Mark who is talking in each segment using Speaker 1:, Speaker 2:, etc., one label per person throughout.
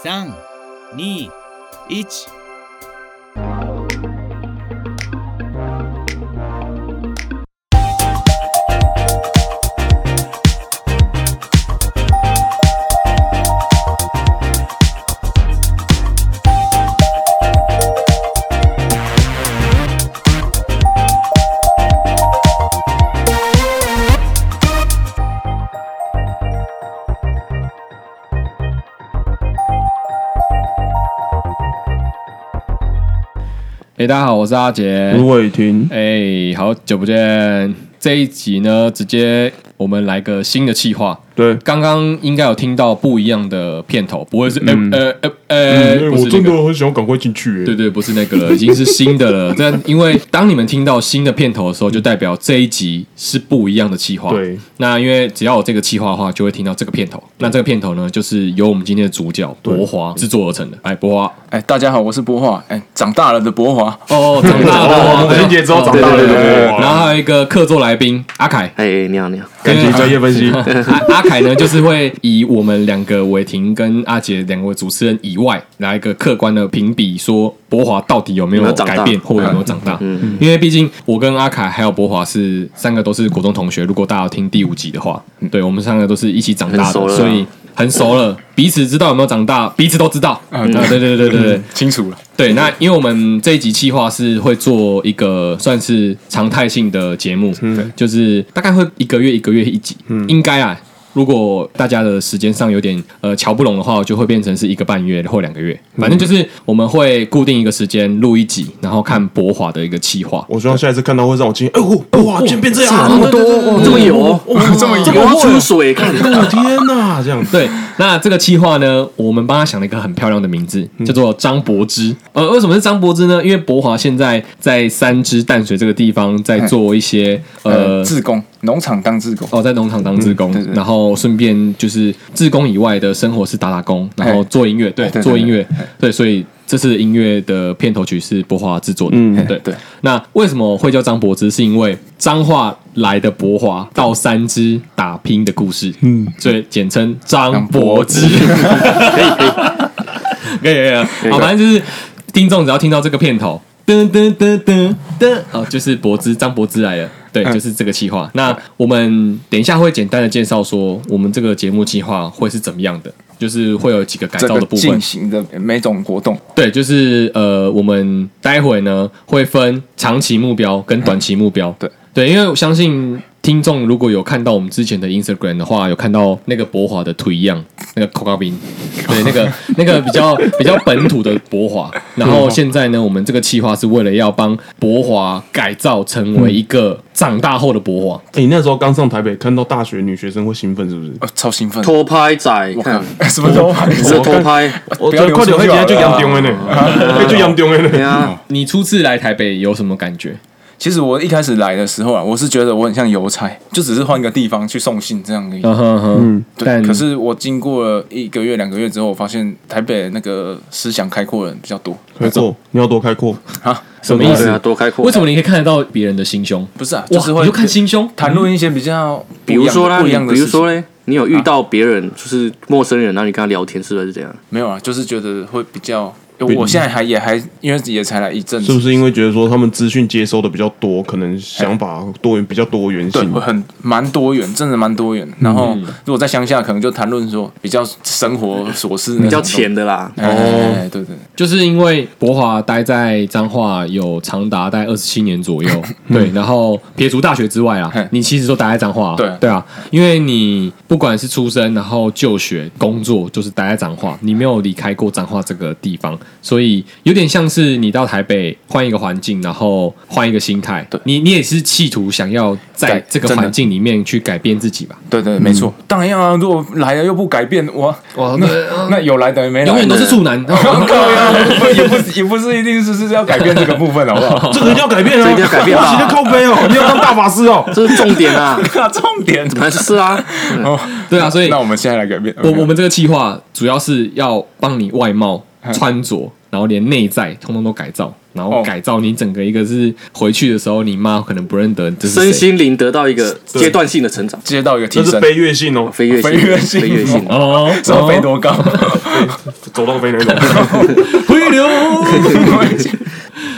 Speaker 1: 三、二、一。
Speaker 2: 哎、大家好，我是阿杰。
Speaker 3: 卢伟霆
Speaker 2: 哎、好久不见！这一集呢，直接我们来个新的企划。
Speaker 3: 对，
Speaker 2: 刚刚应该有听到不一样的片头，不会是呃呃呃
Speaker 3: 哎、
Speaker 2: 呃，不
Speaker 3: 嗯我
Speaker 2: 是那
Speaker 3: 真的
Speaker 2: 个。
Speaker 3: 很想赶快进去、哎
Speaker 2: 对对，不是那个了，已经是新的了。但因为当你们听到新的片头的时候，就代表这一集是不一样的企划。
Speaker 3: 对，
Speaker 2: 那因为只要有这个企划的话，就会听到这个片头。那这个片头呢，就是由我们今天的主角博华制作而成的。哎，博华，
Speaker 4: 哎，大家好，我是博华。哎，长大了的博华，
Speaker 2: 哦，长大了，
Speaker 3: 哦情节之后长大了，
Speaker 2: 对对
Speaker 3: 对
Speaker 2: 对。
Speaker 3: 对对，
Speaker 5: 啊
Speaker 2: 然后还有一个客座来宾阿 凯，
Speaker 5: 哎、你好，你好，
Speaker 3: 感情专业分析，
Speaker 2: 阿阿凯呢，就是会以我们两个伟霆跟阿杰两位主持人以外，来一个客观的评比，说博华到底有没
Speaker 5: 有没
Speaker 2: 有
Speaker 5: 有长大嗯
Speaker 2: 改变或有没有长大？因为毕竟我跟阿凯还有博华是三个都是国中同学，如果大家有听第五集的话，嗯对我们三个都是一起长大
Speaker 5: 很熟
Speaker 2: 的，
Speaker 5: 了啊
Speaker 2: 所以很熟了，彼此知道有没有长大，彼此都知道。啊，对对对对对对。
Speaker 4: 清楚了。
Speaker 2: 对，那因为我们这一集企划是会做一个算是常态性的节目，就是大概会一个月一个月一集，应该啊。如果大家的时间上有点呃瞧不拢的话，就会变成是一个半月或两个月，反正就是我们会固定一个时间录一集，然后看博华的一个企划。
Speaker 3: 我希望下一次看到会让我惊，哎呦，哇，竟然变这样，那么多，
Speaker 5: 多这么油，哦这么油要出水，看
Speaker 3: 我天哪，这样子，
Speaker 2: 对，那这个企划呢，我们帮他想了一个很漂亮的名字，叫做张柏芝。呃，为什么是张柏芝呢？因为博华现在在三支淡水这个地方在做一些
Speaker 4: 呃，
Speaker 2: 呃
Speaker 4: 志工，农场当志工，
Speaker 2: 哦，在农场当志工，
Speaker 4: 对对
Speaker 2: 然后顺便就是志工以外的生活是打打工，然后
Speaker 4: 哎
Speaker 2: 做音乐，对，
Speaker 4: 对对
Speaker 2: 做音乐
Speaker 4: 对对，
Speaker 2: 对，所以这次音乐的片头曲是博华制作的，
Speaker 3: 嗯
Speaker 2: 对
Speaker 4: 对。
Speaker 2: 那为什么会叫张柏芝？是因为彰化来的博华到三支打拼的故事，嗯，所以简称张柏芝。可以
Speaker 5: 可以可以，
Speaker 2: 可以可以，好，反正就是听众只要听到这个片头，噔噔噔噔噔，哦，就是柏芝张柏芝来了。对，
Speaker 4: 嗯
Speaker 2: 就是这个企划。那我们等一下会简单的介绍说，我们这个节目计划会是怎么样的，就是会有几个改
Speaker 4: 这
Speaker 2: 造
Speaker 4: 个
Speaker 2: 的部分
Speaker 4: 进。行的每种活动，哦
Speaker 2: 对，就是呃，我们待会呢会分长期目标跟短期目标。
Speaker 4: 对
Speaker 2: 对，因为我相信听众如果有看到我们之前的 Instagram 的话，有看到那个博华的图一样，那个口高冰，对，那个那个比较比较本土的博华。然后现在呢，我们这个企划是为了要帮博华改造成为一个长大后的博华。
Speaker 3: 哎，你那时候刚上台北，看到大学女学生会兴奋是不是？
Speaker 4: 呃，超兴奋。
Speaker 5: 偷拍仔，看
Speaker 4: 什么都
Speaker 5: 你这偷拍，
Speaker 3: 我啊
Speaker 4: 不要
Speaker 3: 这快点，
Speaker 4: 流
Speaker 3: 快点，
Speaker 4: 出
Speaker 3: 就
Speaker 4: 好了
Speaker 3: 杨丢了 呢，会去杨丢了
Speaker 5: 对
Speaker 3: 呢，
Speaker 5: 啊，
Speaker 2: 你初次来台北有什么感觉？
Speaker 4: 其实我一开始来的时候啊，我是觉得我很像邮差，就只是换个地方去送信这样而已。
Speaker 2: 嗯哼哼，
Speaker 4: 对，
Speaker 2: 但
Speaker 4: 可是我经过了一个月、两个月之后，我发现台北那个思想开阔的人比较多。
Speaker 3: 开阔，你要多开阔，
Speaker 4: 啊，
Speaker 2: 什么意
Speaker 5: 对啊，
Speaker 2: 思？
Speaker 5: 多开阔，
Speaker 2: 为什么你可以看得到别人的心胸？
Speaker 4: 不是啊，就
Speaker 2: 哇，
Speaker 4: 是会
Speaker 2: 你就看心胸，
Speaker 4: 谈论一些比较不
Speaker 5: 比
Speaker 4: 一样
Speaker 5: 如
Speaker 4: 的，
Speaker 5: 说啦，
Speaker 4: 不
Speaker 5: 你
Speaker 4: 一样的
Speaker 5: 比
Speaker 4: 事
Speaker 5: 如
Speaker 4: 情，
Speaker 5: 说嘞，你有遇到别人就是陌生人，然后你跟他聊天，是不是这样？
Speaker 4: 没有啊，就是觉得会比较。我现在还也还，因为也才来一阵子，
Speaker 3: 是不是因为觉得说他们资讯接收的比较多，可能想法多元比较多元
Speaker 4: 对，嗯
Speaker 3: 性
Speaker 4: 会？很蛮多元，真的蛮多元。然后如果在乡下，可能就谈论说比较生活琐事那种，
Speaker 5: 比较浅的啦，
Speaker 4: 哎。哦，对对，
Speaker 2: 就是因为博华待在彰化有长达大概二十七年左右，对，然后撇除大学之外啊
Speaker 4: 嗯嘿，
Speaker 2: 你其实都待在彰化啊、
Speaker 4: 对
Speaker 2: 对啊，因为你不管是出生，然后就学、工作，就是待在彰化，你没有离开过彰化这个地方，所以有点像是你到台北换一个环境，然后换一个心态，
Speaker 4: 对
Speaker 2: 你你也是企图想要在
Speaker 4: 改
Speaker 2: 这个
Speaker 4: 真的
Speaker 2: 环境里面去改变自己吧？
Speaker 4: 对对，没错。当然要啊，如果来了又不改变，哇
Speaker 2: 哇
Speaker 4: 那
Speaker 2: 对啊
Speaker 4: 那有来等于没来，
Speaker 2: 永远都是处男，
Speaker 4: 靠呀，不也不是也不是一定是是要改变这个部分，好不 好？
Speaker 3: 这个一定要改变啊！
Speaker 5: 这一定要改变啊
Speaker 3: 哇你在靠背哦，你要当大法师 哦。
Speaker 5: 这是重点啊，
Speaker 4: 重点
Speaker 5: 本来就是啊，嗯
Speaker 4: 哦，
Speaker 2: 对啊，所以
Speaker 4: 那我们现在来改变，
Speaker 2: 我我们这个计
Speaker 3: 嗯
Speaker 2: 划主要是要帮你外貌、穿着，然后连内在通通都改造，然
Speaker 3: 哦
Speaker 2: 后改造你整个一个是回去的时候，你妈可能不认得这是
Speaker 5: 嗯身
Speaker 2: 谁。
Speaker 5: 心灵得到一个阶段性的成长，
Speaker 4: 接到一个提
Speaker 3: 这是
Speaker 4: 升，
Speaker 3: 飞跃性哦，
Speaker 5: 飞跃性，
Speaker 4: 飞跃性
Speaker 5: 飞跃性。
Speaker 2: 哦，
Speaker 4: 知道飞 多高？
Speaker 3: 走到飞那种。
Speaker 2: 回流。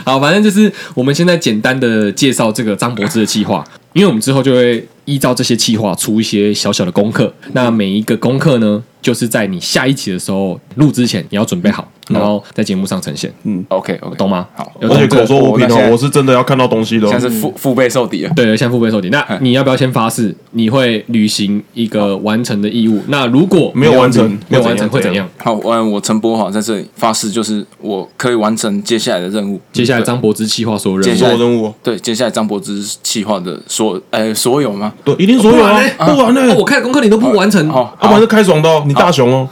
Speaker 2: 好，反正就是我们现在简单的介绍这个张柏芝的计划，因为我们之后就会依照这些计划出一些小小的功课。那每一个功课呢，就是在你下一期的时候录之前，你要准备好，然后在节目上呈现，
Speaker 4: OK OK，
Speaker 2: 懂吗？
Speaker 4: 好
Speaker 2: 有
Speaker 3: 而且
Speaker 2: 懂这个
Speaker 3: 口说无凭
Speaker 4: 那现
Speaker 3: 哦嗯
Speaker 4: 在，
Speaker 3: 我是真的要看到东西的哦。
Speaker 4: 现在是腹腹背受敌了。
Speaker 2: 对，像父辈受敌。那你要不要先发誓你会履行一个完成的义务？那如果
Speaker 3: 没有完成
Speaker 2: 没有完成
Speaker 3: 会怎样
Speaker 2: 会怎样？
Speaker 4: 好，我我陈波华在这里发誓，就是我可以完成接下来的任务。
Speaker 2: 接下来张柏芝计划所有任
Speaker 4: 接
Speaker 2: 务
Speaker 4: 下
Speaker 3: 所
Speaker 4: 来
Speaker 3: 有任务哦，
Speaker 4: 对，接下来张柏芝企划的所呃所有吗？
Speaker 3: 对，一定所有啊，不完
Speaker 2: 哦
Speaker 3: 呢，
Speaker 2: 我开的功课你都不完成，
Speaker 4: 好，
Speaker 3: 要不然是开爽的哦，你大熊哦，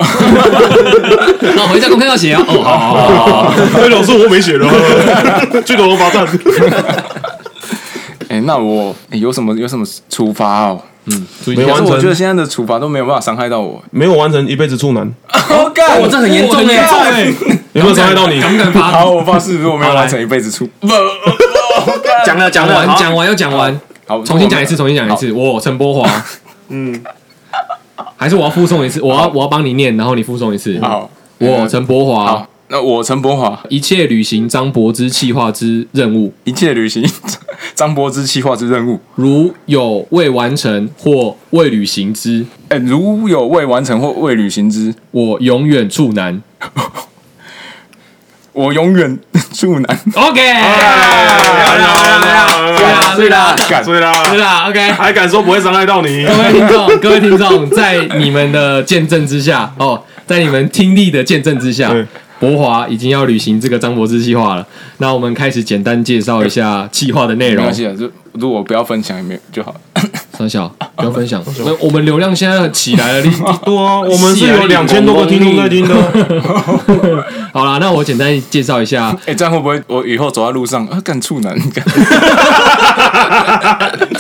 Speaker 2: 那回家功课要写啊。哦，好好好。
Speaker 3: 哎，老师我没 写了，去狗头罚站。
Speaker 4: 哎、那我、哎有什么有什么处罚哦？
Speaker 3: 没
Speaker 4: 可
Speaker 3: 完
Speaker 4: 是我觉得
Speaker 3: 成，
Speaker 4: 现在的处罚都没有办法伤害到 我。
Speaker 3: 没有完成，一辈子处男，
Speaker 4: 我哦干，
Speaker 2: 哦
Speaker 4: 我这啊很严重耶！
Speaker 3: 有没有伤害到你？
Speaker 2: 敢不敢发？
Speaker 4: 好，我发誓，如果没有完成一辈子处，
Speaker 5: 讲了
Speaker 2: 讲
Speaker 5: 讲了，
Speaker 2: 完
Speaker 5: 好
Speaker 2: 哦讲完要讲完，
Speaker 4: 好，
Speaker 2: 重新讲一次，重新讲一次。我陈波华，嗯，还是我要附送一次，我要我要帮你念，然后你附送一次。
Speaker 4: 好，
Speaker 2: 我陈波华
Speaker 4: 好，，那我陈柏华
Speaker 2: 一切履行张柏芝计划之任务，
Speaker 4: 一切履行张柏芝企划之任务。
Speaker 2: 如有未完成或未履行之，
Speaker 4: 哎、如有未完成或未履行之，
Speaker 2: 我永远处男。
Speaker 4: 我永远处男。
Speaker 2: OK，对啦，
Speaker 4: 干
Speaker 3: 所以啦，
Speaker 2: 对啦，OK。
Speaker 3: 哎还敢说不会伤害到你？
Speaker 2: 各位听众，各位听众，在你们的见证之下，哦，在你们听力的见证之下
Speaker 3: 对，
Speaker 2: 博华已经要履行这个张柏芝计划了。那我们开始简单介绍一下计划的内
Speaker 4: 没
Speaker 2: 容
Speaker 4: 关。系啊，就如果不要分享也没有就好了。
Speaker 2: 三小，不要分享。那我们流量现在起来了，你
Speaker 3: 对啊，我们是有两千多个听众在听的，
Speaker 2: 好啦，那我简单介绍一下。
Speaker 4: 哎、这样会不会我以后走在路上啊，干处男？干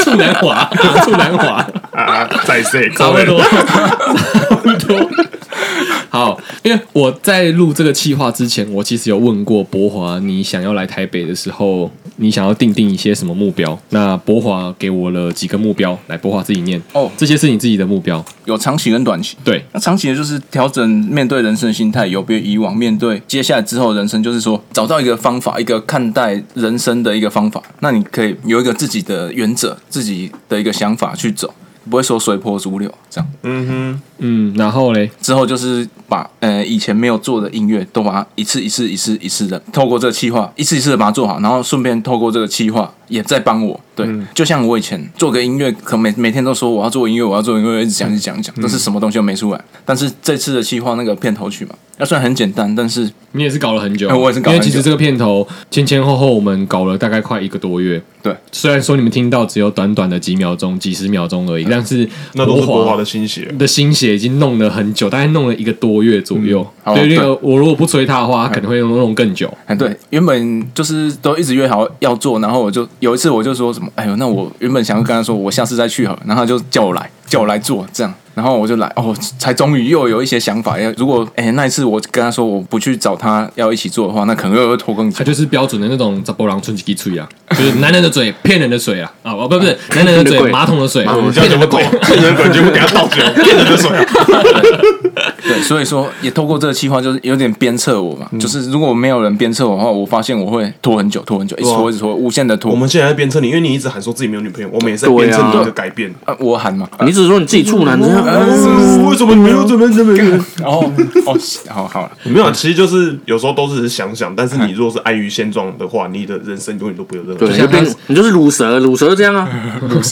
Speaker 2: 处男华，处男华，
Speaker 3: 在谁？
Speaker 2: 差不多，差不多。 好，因为我在录这个企划之前，我其实有问过博华，你想要来台北的时候，你想要定定一些什么目标？那博华给我了几个目标，来，博华自己念
Speaker 4: 哦
Speaker 2: 这些是你自己的目标，
Speaker 4: 有长期跟短期。
Speaker 2: 对，
Speaker 4: 那长期的就是调整面对人生的心态，有别于以往面对接下来之后的人生，就是说找到一个方法，一个看待人生的一个方法。那你可以有一个自己的原则，自己的一个想法去走，不会说随波逐流这样。
Speaker 3: 嗯
Speaker 2: 嗯，然后嘞，
Speaker 4: 之后就是把呃以前没有做的音乐都把它一次一次一次一次的透过这个企划一次一次的把它做好，然后顺便透过这个企划也在帮我。对，就像我以前做个音乐，可每每天都说我要做音乐，我要做音乐，一直讲一直讲一直讲，但是什么东西都没出来。但是这次的企划那个片头曲嘛，那虽然很简单，但是
Speaker 2: 你也是搞了很久，
Speaker 4: 哎我也是搞
Speaker 2: 因
Speaker 4: 了很久
Speaker 2: 为其实这个片头前前后后我们搞了大概快一个多月，
Speaker 4: 对，
Speaker 2: 虽然说你们听到只有短短的几秒钟、几十秒钟而已，但是
Speaker 3: 那都是国华的心血。
Speaker 2: 的心血已经弄了很久，大概弄了一个多月左右。嗯
Speaker 4: 好
Speaker 2: 对，嗯
Speaker 4: 对
Speaker 2: 那个我如果不催他的话，他可能会弄弄更久。
Speaker 4: 哎，对，原本就是都一直约好要做，然后我就有一次我就说什么，哎呦，那我原本想要跟他说，我下次再去好了，然后他就叫我来，叫我来做这样，然后我就来，哦，才终于又有一些想法。要如果哎那一次我跟他说我不去找他要一起做的话，那可能又会拖更久
Speaker 2: 他。就是标准的那种“扎波郎春几滴吹” 啊，就是男人的嘴骗人的水啊啊，不不是男人的啊
Speaker 5: 骗人的
Speaker 2: 嘴
Speaker 5: 鬼
Speaker 2: 马桶的水，
Speaker 3: 你这样怎么 狗？骗人滚，全部给他 倒酒，骗人的水啊！
Speaker 4: 对，所以说也透过这个计划，就是有点鞭策我嘛，就是如果没有人鞭策我的话，我发现我会拖很久，拖很久，一直拖一直拖，无限的拖。
Speaker 3: 我们现在在鞭策你，因为你一直喊说自己没有女朋友，我们也是在鞭策你的改变。
Speaker 4: 啊，我喊嘛，
Speaker 5: 你只是说你自己处男，这样
Speaker 3: 为什么你没有准备准备？
Speaker 4: 然后哦， 好好了，
Speaker 3: 没有，啊其实就是有时候都只是想想，但是你如果是碍于现状的话，你的人生永远都不会有任何
Speaker 5: 对，你就变你就是乳蛇，乳蛇这样啊，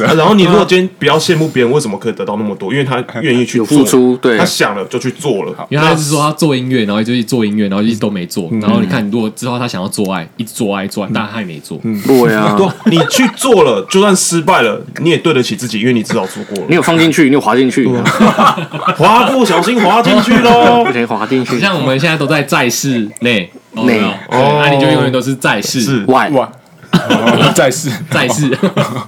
Speaker 3: 啊然后你如果今天不要羡慕别人为什么可以得到那么多，因为他愿意去
Speaker 5: 有
Speaker 3: 做
Speaker 5: 付出对
Speaker 3: 他想了就去做了。
Speaker 2: 因为他是说他做音乐，然后就一直做音乐，然后一直都没做。然后你看，如果之后他想要做爱，一直做爱做爱，但他也没做。
Speaker 5: 对啊
Speaker 3: 那，对啊，你去做了，就算失败了，你也对得起自己，因为你至少做过
Speaker 5: 你
Speaker 3: 了。
Speaker 5: 有放进去，你有滑进去，啊
Speaker 3: 滑不小心滑进去喽
Speaker 5: 不。行滑 进去，
Speaker 2: 像我们现在都在债市内，哦，
Speaker 5: 内
Speaker 2: 那你就永远都是债市。
Speaker 3: 是
Speaker 5: 外
Speaker 4: 哇，哦再试
Speaker 2: 再 次，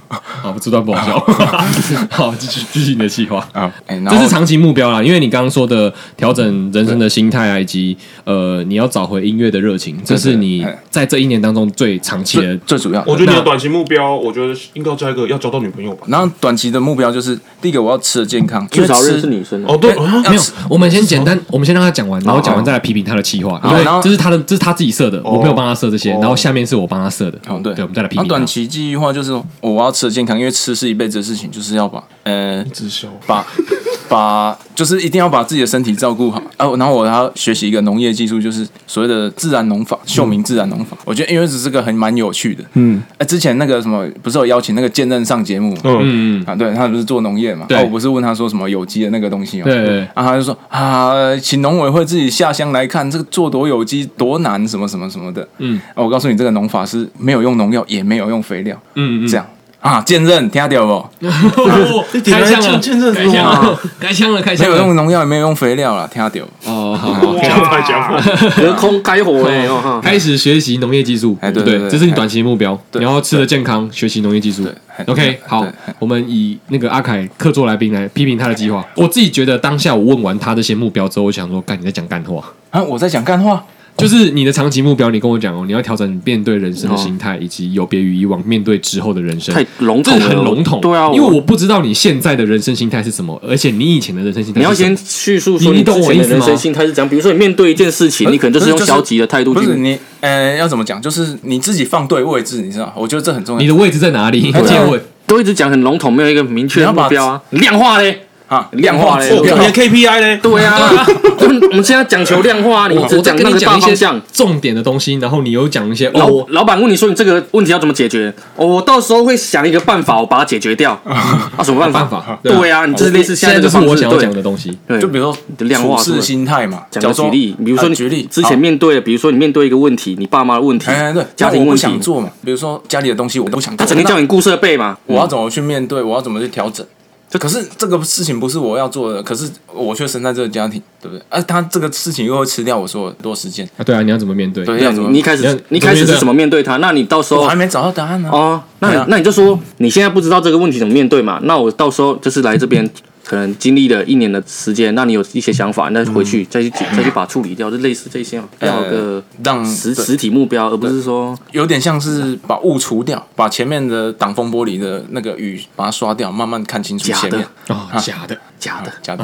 Speaker 2: 好，这段不好 笑。好，继续继续你的计划。
Speaker 4: 啊，哎，然
Speaker 2: 这
Speaker 4: 后
Speaker 2: 是长期目标啦，因为你刚刚说的调整人生的心态啊，以及呃，你要找回音乐的热情，这是你
Speaker 4: 对
Speaker 2: 在这一年当中最长期
Speaker 4: 最
Speaker 2: 的。
Speaker 4: 最主要的，
Speaker 3: 我觉得你的短期目标，我觉得应该要加一个要交到女朋友吧。
Speaker 4: 然后短期的目标就是第一个我要吃的健康，
Speaker 5: 至少
Speaker 4: 因为吃
Speaker 5: 认识女生啊
Speaker 3: 哦，对，啊
Speaker 4: 要
Speaker 2: 没有
Speaker 4: 吃，
Speaker 2: 我们先简单，我们先让他讲完，然后讲完再来批评他的计划，因为
Speaker 4: 然后
Speaker 2: 这是他的，这是他自己设的，我没有帮他设这些，然后下面是我帮他设的
Speaker 4: 哦，，对，
Speaker 2: 对，我们再来批评
Speaker 4: 然后
Speaker 2: 他
Speaker 4: 短。期计划就是哦我要吃的健康，因为吃是一辈子的事情，就是要把呃
Speaker 3: 直销
Speaker 4: 把把就是一定要把自己的身体照顾好啊。然后我还要学习一个农业技术，就是所谓的自然农法，秀明自然农法。我觉得因为这是个很蛮有趣的，嗯，哎、之前那个什么不是有邀请那个剑刃上节目吗？
Speaker 3: 嗯
Speaker 4: 嗯啊，对他不是做农业嘛，
Speaker 2: 对
Speaker 4: 啊我不是问他说什么有机的那个东西吗？
Speaker 2: 对对对
Speaker 4: 啊，他就说啊，请农委会自己下乡来看这个做多有机多难，什么什么什么的。嗯，啊、我告诉你，这个农法是没有用农药，也没有用肥料，
Speaker 2: 嗯
Speaker 4: 这样啊，剑刃听到不？
Speaker 2: 哦开枪了，
Speaker 3: 见证
Speaker 2: 开枪了，开枪了，开
Speaker 4: 没
Speaker 2: 枪
Speaker 4: 有
Speaker 2: 了。
Speaker 4: 用农药，也没有用肥料了，听到。
Speaker 2: 哦，好，好
Speaker 3: 哇太加 分了，
Speaker 5: 隔空开
Speaker 2: 啊
Speaker 5: 火哎、哦哈，
Speaker 2: 开始学习农业技术，
Speaker 4: 哎对
Speaker 2: 不
Speaker 4: 对对
Speaker 2: 这是你短期目标，
Speaker 4: 对
Speaker 2: 然后吃的健康，学习农业技术。OK，
Speaker 4: 对
Speaker 2: 好
Speaker 4: 对，
Speaker 2: 我们以那个阿凯客座来宾来批评他的计
Speaker 5: 哎
Speaker 2: 划。我自己觉得当下我问完他这些目标之后，我想说，干你在讲干话，
Speaker 4: 啊，我在讲干话，
Speaker 2: 就是你的长期目标，你跟我讲哦，你要调整你面对人生的心态，以及有别于以往面对之后的人生。
Speaker 5: 嗯太笼
Speaker 2: 这
Speaker 5: 统了，
Speaker 2: 很笼统，
Speaker 5: 对啊，
Speaker 2: 因为我不知道你现在的人生心态是什么，而且你以前的人生心态
Speaker 5: 你要
Speaker 2: 是什么
Speaker 5: 先叙述说
Speaker 2: 你你
Speaker 5: 之
Speaker 2: 懂我
Speaker 5: 前
Speaker 2: 意
Speaker 5: 的
Speaker 2: 思
Speaker 5: 人生
Speaker 2: 吗呃
Speaker 5: 心态是怎样，比如说你面对一件事情，你可能就是用消极的态度
Speaker 4: 不是
Speaker 5: 去。
Speaker 4: 你，呃，要怎么讲？就是你自己放对位置，你知道？我觉得这很重要。
Speaker 2: 你的位置在哪里？你
Speaker 4: 对啊
Speaker 2: 借问。
Speaker 5: 都一直讲很笼统，没有一个明
Speaker 4: 你
Speaker 5: 确的
Speaker 4: 要把
Speaker 5: 目标啊，量化嘞，
Speaker 4: 啊，
Speaker 5: 量化嘞
Speaker 3: 哦，
Speaker 4: 量
Speaker 3: 你
Speaker 4: 化
Speaker 3: 的 KPI 呢？
Speaker 5: 对啊，我们我们现在讲求量化，你只
Speaker 2: 哦我在
Speaker 5: 讲
Speaker 2: 跟
Speaker 5: 那
Speaker 2: 你
Speaker 5: 个
Speaker 2: 讲
Speaker 5: 大
Speaker 2: 一
Speaker 5: 方
Speaker 2: 些
Speaker 5: 向。
Speaker 2: 重点的东西，然后你又讲一些
Speaker 5: 老
Speaker 2: 哦，
Speaker 5: 老板问你说你这个问题要怎么解决？哦，我到时候会想一个办法，我把它解决 掉。啊，什么办法？
Speaker 2: 办法对啊
Speaker 5: 对啊，你就是类似
Speaker 2: 现在
Speaker 5: 这
Speaker 2: 就
Speaker 5: 个
Speaker 2: 是
Speaker 5: 方
Speaker 2: 我
Speaker 5: 式，
Speaker 2: 想要讲
Speaker 5: 对
Speaker 2: 的东西。
Speaker 5: 对，
Speaker 4: 就比如说
Speaker 5: 你的量化
Speaker 4: 处
Speaker 5: 出来
Speaker 4: 事心态嘛，
Speaker 5: 讲
Speaker 4: 假
Speaker 5: 个
Speaker 4: 如
Speaker 5: 举
Speaker 4: 说
Speaker 5: 例，比如说
Speaker 4: 呃
Speaker 5: 你
Speaker 4: 举例
Speaker 5: 之前。面对，比如说你面对一个问题，你爸妈的问题
Speaker 4: 好哎，哎对，
Speaker 5: 家庭
Speaker 4: 那我
Speaker 5: 问
Speaker 4: 不
Speaker 5: 题
Speaker 4: 想，做嘛。比如说家里的东西我不想做，
Speaker 5: 他整天
Speaker 4: 那
Speaker 5: 叫你顾设备嘛，
Speaker 4: 我要怎么去面对？我要怎么去调整？可是这个事情不是我要做的，可是我却生在这个家庭，对不对？而他这个事情又会吃掉我所有多时间，
Speaker 2: 啊，对啊，你要怎么面对？
Speaker 4: 对，
Speaker 5: 对
Speaker 4: 要
Speaker 5: 啊
Speaker 4: 怎么？
Speaker 5: 你一开
Speaker 2: 你要
Speaker 5: 始你一开始
Speaker 2: 怎么面对
Speaker 5: 是怎么面对他？那你到时
Speaker 4: 我
Speaker 5: 候
Speaker 4: 还没找到答案呢。
Speaker 5: 哦，那
Speaker 4: 对啊
Speaker 5: 你那你就说你现在不知道这个问题怎么面对嘛？那我到时候就是来这边，可能经历了一年的时间，那你有一些想法，那回
Speaker 4: 嗯
Speaker 5: 去再去解再去把它处理掉，就类似这些嘛，要有个
Speaker 4: 呃让
Speaker 5: 实
Speaker 4: 对
Speaker 5: 实体目标，而不是说
Speaker 4: 有点像是把雾除掉，把前面的挡风玻璃的那个雨把它刷掉，慢慢看清楚
Speaker 5: 假的
Speaker 4: 前面。
Speaker 2: 啊，假的，
Speaker 5: 假的。
Speaker 4: 假的，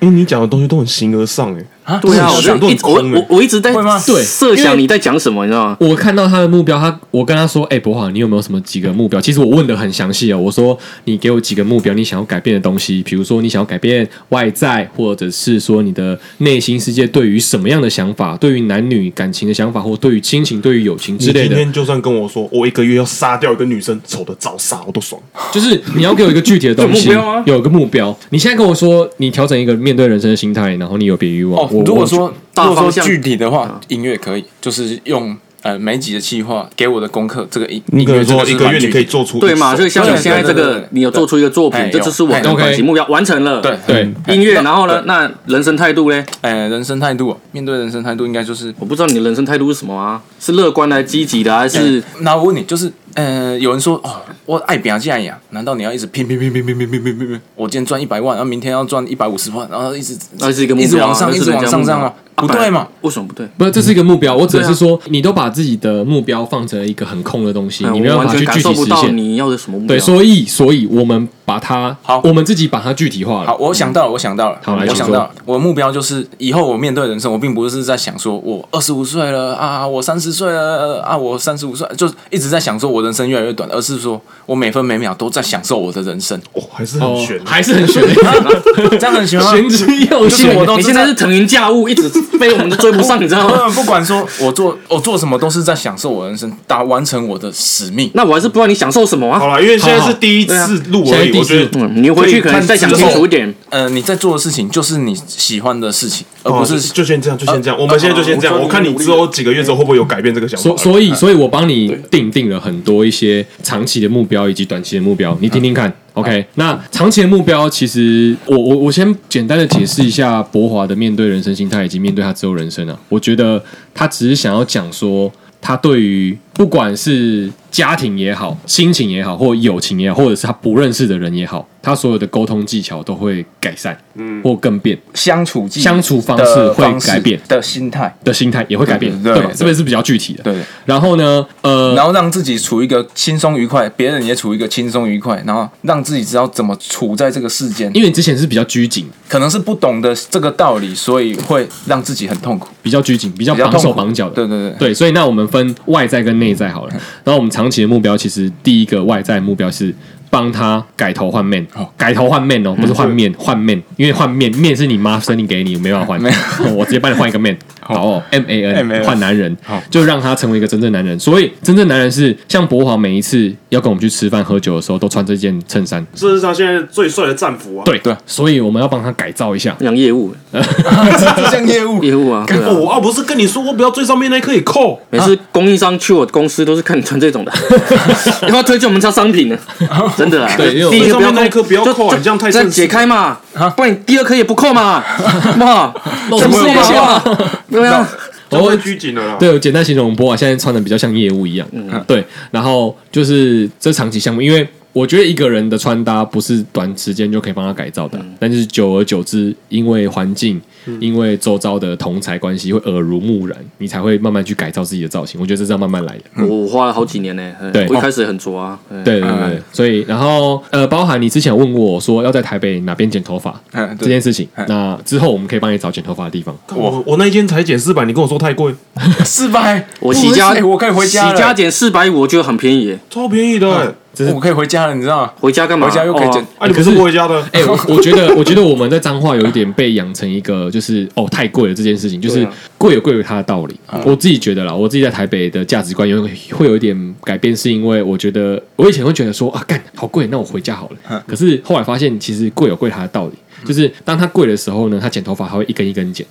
Speaker 3: 因为哎你讲的东西都很形而上哎，
Speaker 4: 啊
Speaker 5: 对啊，我
Speaker 3: 想
Speaker 5: 就一直
Speaker 3: 都
Speaker 5: 我
Speaker 3: 很空
Speaker 5: 我我一直在
Speaker 4: 会吗
Speaker 2: 对
Speaker 5: 设
Speaker 2: 因为
Speaker 5: 想你在讲什么，你知道吗？
Speaker 2: 我看到他的目标，他我跟他说：“哎、博华，你有没有什么几个目标？”其实我问的很详细哦。我说：“你给我几个目标，你想要改变的东西，比如说你想要改变外在，或者是说你的内心世界对于什么样的想法，对于男女感情的想法，或对于亲情、对于友情
Speaker 3: 你
Speaker 2: 之类
Speaker 3: 今
Speaker 2: 的，
Speaker 3: 天就算跟我说，哦我一个月要杀掉一个女生，丑的早杀我都爽。
Speaker 2: 就是你要给我一个具体的东西，
Speaker 5: 有目标啊
Speaker 2: 有一个目标。你现在跟我说，你调整一个面对人生的心态，然后你有别于我。
Speaker 4: 哦
Speaker 2: 我，
Speaker 4: 如果
Speaker 2: 我
Speaker 4: 说
Speaker 5: 大
Speaker 4: 如
Speaker 5: 方向嗯
Speaker 4: 果说具体的话，音乐可以，就是用呃每集的计划给我的功课，这个音
Speaker 3: 你
Speaker 4: 音
Speaker 3: 可
Speaker 4: 乐
Speaker 3: 能
Speaker 4: 这
Speaker 3: 说
Speaker 4: 个
Speaker 3: 一个月你
Speaker 4: 是蛮
Speaker 3: 可以做出
Speaker 5: 对嘛？所以像你
Speaker 4: 对
Speaker 5: 现在
Speaker 4: 对
Speaker 5: 这
Speaker 4: 对
Speaker 5: 个
Speaker 4: 对，
Speaker 5: 你有做出一个作品
Speaker 4: 哎，
Speaker 5: 这就是我
Speaker 4: 有
Speaker 5: 的
Speaker 2: 哎
Speaker 5: 短期
Speaker 2: OK
Speaker 5: 目标完成了。
Speaker 4: 对，
Speaker 2: 对
Speaker 5: 音乐，然后呢？
Speaker 4: 对
Speaker 5: 那人生态度嘞？
Speaker 4: 哎人生态度哦，面对人生态度应该就是
Speaker 5: 我不知道你的人生态度是什么啊？是乐观的，还是积极的，还是
Speaker 4: 哎那我问你，就是呃，有人说哦，我爱表现呀，难道你要一直拼拼拼拼拼拼拼拼拼拼？我今天赚一百万，然后明天要赚一百五十万，然后一直
Speaker 5: 那是一个目
Speaker 4: 一直
Speaker 5: 标啊，
Speaker 4: 往上，
Speaker 5: 那
Speaker 4: 一
Speaker 5: 是
Speaker 4: 直
Speaker 5: 人
Speaker 4: 往
Speaker 5: 家
Speaker 4: 上
Speaker 5: 目
Speaker 4: 这样
Speaker 5: 标
Speaker 4: 吗？不对嘛？？
Speaker 5: 为什么不对？
Speaker 2: 不是，这是一个目标。我只
Speaker 5: 对啊
Speaker 2: 是说，你都把自己的目标放成一个很空的东西，你没有
Speaker 5: 哎我
Speaker 2: 办
Speaker 5: 完
Speaker 2: 法
Speaker 5: 全
Speaker 2: 去
Speaker 5: 感
Speaker 2: 具
Speaker 5: 受
Speaker 2: 体
Speaker 5: 不
Speaker 2: 实
Speaker 5: 到
Speaker 2: 现。
Speaker 5: 你要的什么目标。
Speaker 2: 对，所以，所以我们把它，
Speaker 4: 好
Speaker 2: 我们自己把它具体化
Speaker 4: 好，
Speaker 2: 了。
Speaker 4: 我想到了，我想到了，
Speaker 2: 好来
Speaker 4: 我
Speaker 2: 请
Speaker 4: 想
Speaker 2: 说
Speaker 4: 到了，我的目标就是以后我面对人生，我并不是在想说我二十五岁了啊，我三十岁了啊，我三十五岁，就是一直在想说我人生越来越短，而是说我每分每秒都在享受我的人生，
Speaker 3: 哦，还是很
Speaker 2: 哦
Speaker 3: 悬，，
Speaker 2: 还是很 悬，
Speaker 4: 这样很喜欢
Speaker 2: 玄
Speaker 4: 吗？
Speaker 2: 之又
Speaker 4: 就是
Speaker 2: 玄。
Speaker 4: 我都
Speaker 5: 你
Speaker 4: 知
Speaker 5: 现
Speaker 4: 道
Speaker 5: 在是腾云驾雾，一直飞，我们都追不上，你知道 吗？
Speaker 4: 不不管说我做我做什么，都是在享受我人生，达完成我的使命。
Speaker 5: 那我还是不知道你享受什么
Speaker 3: 好
Speaker 5: 啊。
Speaker 3: 了，因为现在
Speaker 2: 好好
Speaker 3: 是第一次录
Speaker 2: 现
Speaker 3: 而
Speaker 2: 在
Speaker 3: 已，
Speaker 2: 第一
Speaker 3: 我
Speaker 2: 次
Speaker 3: 觉得
Speaker 5: 嗯，你回去可能再想清楚一点。
Speaker 4: 呃，你在做的事情就是你喜欢的事情，而不
Speaker 3: 哦
Speaker 4: 是、
Speaker 3: 就就先这样，就先这样，我们现在就先这样。
Speaker 5: 我
Speaker 3: 我看你之后几个月之后会不会有改变这个想
Speaker 2: 所
Speaker 3: 法？
Speaker 2: 所
Speaker 4: 哎
Speaker 2: 以，所以我帮你定定了很多一些长期的目标以及短期的目
Speaker 4: 啊
Speaker 2: 标，你听听看。OK，那长期的目标，其实我我我先简单的解释一下博华的面对人生心态以及面对他之后人生啊。我觉得他只是想要讲说，他对于不管是家庭也好、亲情也好，或友情也好，或者是他不认识的人也好，他所有的沟通技巧都会改善，嗯，或更变
Speaker 4: 相处技
Speaker 2: 相处方式
Speaker 4: 的
Speaker 2: 会
Speaker 4: 方式
Speaker 2: 改变
Speaker 4: 的心态，
Speaker 2: 的心态也会改变，
Speaker 4: 对
Speaker 2: 对吧？
Speaker 4: 对
Speaker 2: 这边是比较具体的。
Speaker 4: 对。
Speaker 2: 然后呢，呃，
Speaker 4: 然后让自己处于一个轻松愉快，别人也处于一个轻松愉快，然后让自己知道怎么处在这个世间。
Speaker 2: 因为你之前是比较拘谨，
Speaker 4: 可能是不懂得这个道理，所以会让自己很痛苦。
Speaker 2: 比较拘谨，比较
Speaker 4: 比较
Speaker 2: 绑手
Speaker 4: 痛苦
Speaker 2: 绑脚的。
Speaker 4: 对嗯对对
Speaker 2: 对，所以那我们分外在跟内在好了。然后我们长期的目标，其实第一个外在目标是帮他改头换面
Speaker 4: 哦，
Speaker 2: 改头换面哦，不是换面换面，因为换面面是你妈生你给你，没办法换哦
Speaker 4: 没，
Speaker 2: 我直接帮你换一个面。好哦，M A N
Speaker 4: MAN
Speaker 2: 换男人
Speaker 4: 好，
Speaker 2: 就让他成为一个真正男人。所以真正男人是像博华每一次要跟我们去吃饭喝酒的时候，都穿这件衬衫。
Speaker 3: 这是他现在最帅的战服啊！
Speaker 2: 对
Speaker 4: 对，
Speaker 2: 所以我们要帮他改造一下。
Speaker 5: 讲业务，
Speaker 4: 这项 业务
Speaker 5: 业务啊，对
Speaker 3: 哦，
Speaker 5: 啊，
Speaker 3: 我啊不是跟你说，我不要最上面那一颗也扣。
Speaker 5: 每次供应商去我公司都是看你穿这种的，要不要推荐我们家商品呢？真的啊，
Speaker 2: 对因为我
Speaker 5: 第一个
Speaker 3: 上
Speaker 5: 不要
Speaker 3: 面那一颗不要扣啊
Speaker 5: 就
Speaker 3: 你这样太
Speaker 5: 再
Speaker 3: 正式
Speaker 5: 解开嘛，不然你第二颗也不扣嘛，哇，
Speaker 2: 露
Speaker 5: 怎
Speaker 2: 出
Speaker 5: 么
Speaker 2: 了
Speaker 5: 露
Speaker 2: 线
Speaker 5: 馅嘛？对啊，
Speaker 3: 我会拘谨了啦。
Speaker 2: 对，我简单形容波啊，现在穿的比较像业务一样，嗯，对。然后就是这长期项目，因为我觉得一个人的穿搭不是短时间就可以帮他改造的，
Speaker 4: 嗯
Speaker 2: 但是久而久之，因为环境，因为周遭的同才关系，会耳濡目染，你才会慢慢去改造自己的造型。我觉得这是要慢慢来的。
Speaker 4: 嗯
Speaker 5: 我我花了好几年呢，哎
Speaker 2: 对
Speaker 5: 我一开始很拙啊，哎
Speaker 2: 对对对
Speaker 4: 嗯
Speaker 2: 对，所以然后呃，包含你之前有问过我说要在台北哪边剪头发
Speaker 4: 嗯对
Speaker 2: 这件事情
Speaker 4: 嗯，
Speaker 2: 那之后我们可以帮你找剪头发的地方。
Speaker 3: 我我那一天才减四百，你跟我说太贵，
Speaker 4: 四百，
Speaker 5: 我洗家，
Speaker 4: 哎 我可以回家了，
Speaker 5: 洗家减四百五，我觉得很便宜耶。
Speaker 3: 超便宜的欸。
Speaker 2: 这是
Speaker 4: 我可以回家了，你知道吗？
Speaker 5: 回家干嘛？
Speaker 4: 回家又可以剪
Speaker 5: 哦
Speaker 3: 啊，你不是
Speaker 2: 可是
Speaker 3: 国家的？
Speaker 2: 哎、我我觉得，我觉得我们在彰化有一点被养成一个，就是哦，太贵了这件事情，就是
Speaker 5: 对啊
Speaker 2: 贵有贵有它的道理。
Speaker 4: 嗯
Speaker 2: 我自己觉得啦，我自己在台北的价值观有会有一点改变，是因为我觉得我以前会觉得说啊，干好贵，那我回家好
Speaker 4: 嗯
Speaker 2: 了。可是后来发现，其实贵有贵它的道理，就是当它贵的时候呢，它剪头发还会一根一根剪。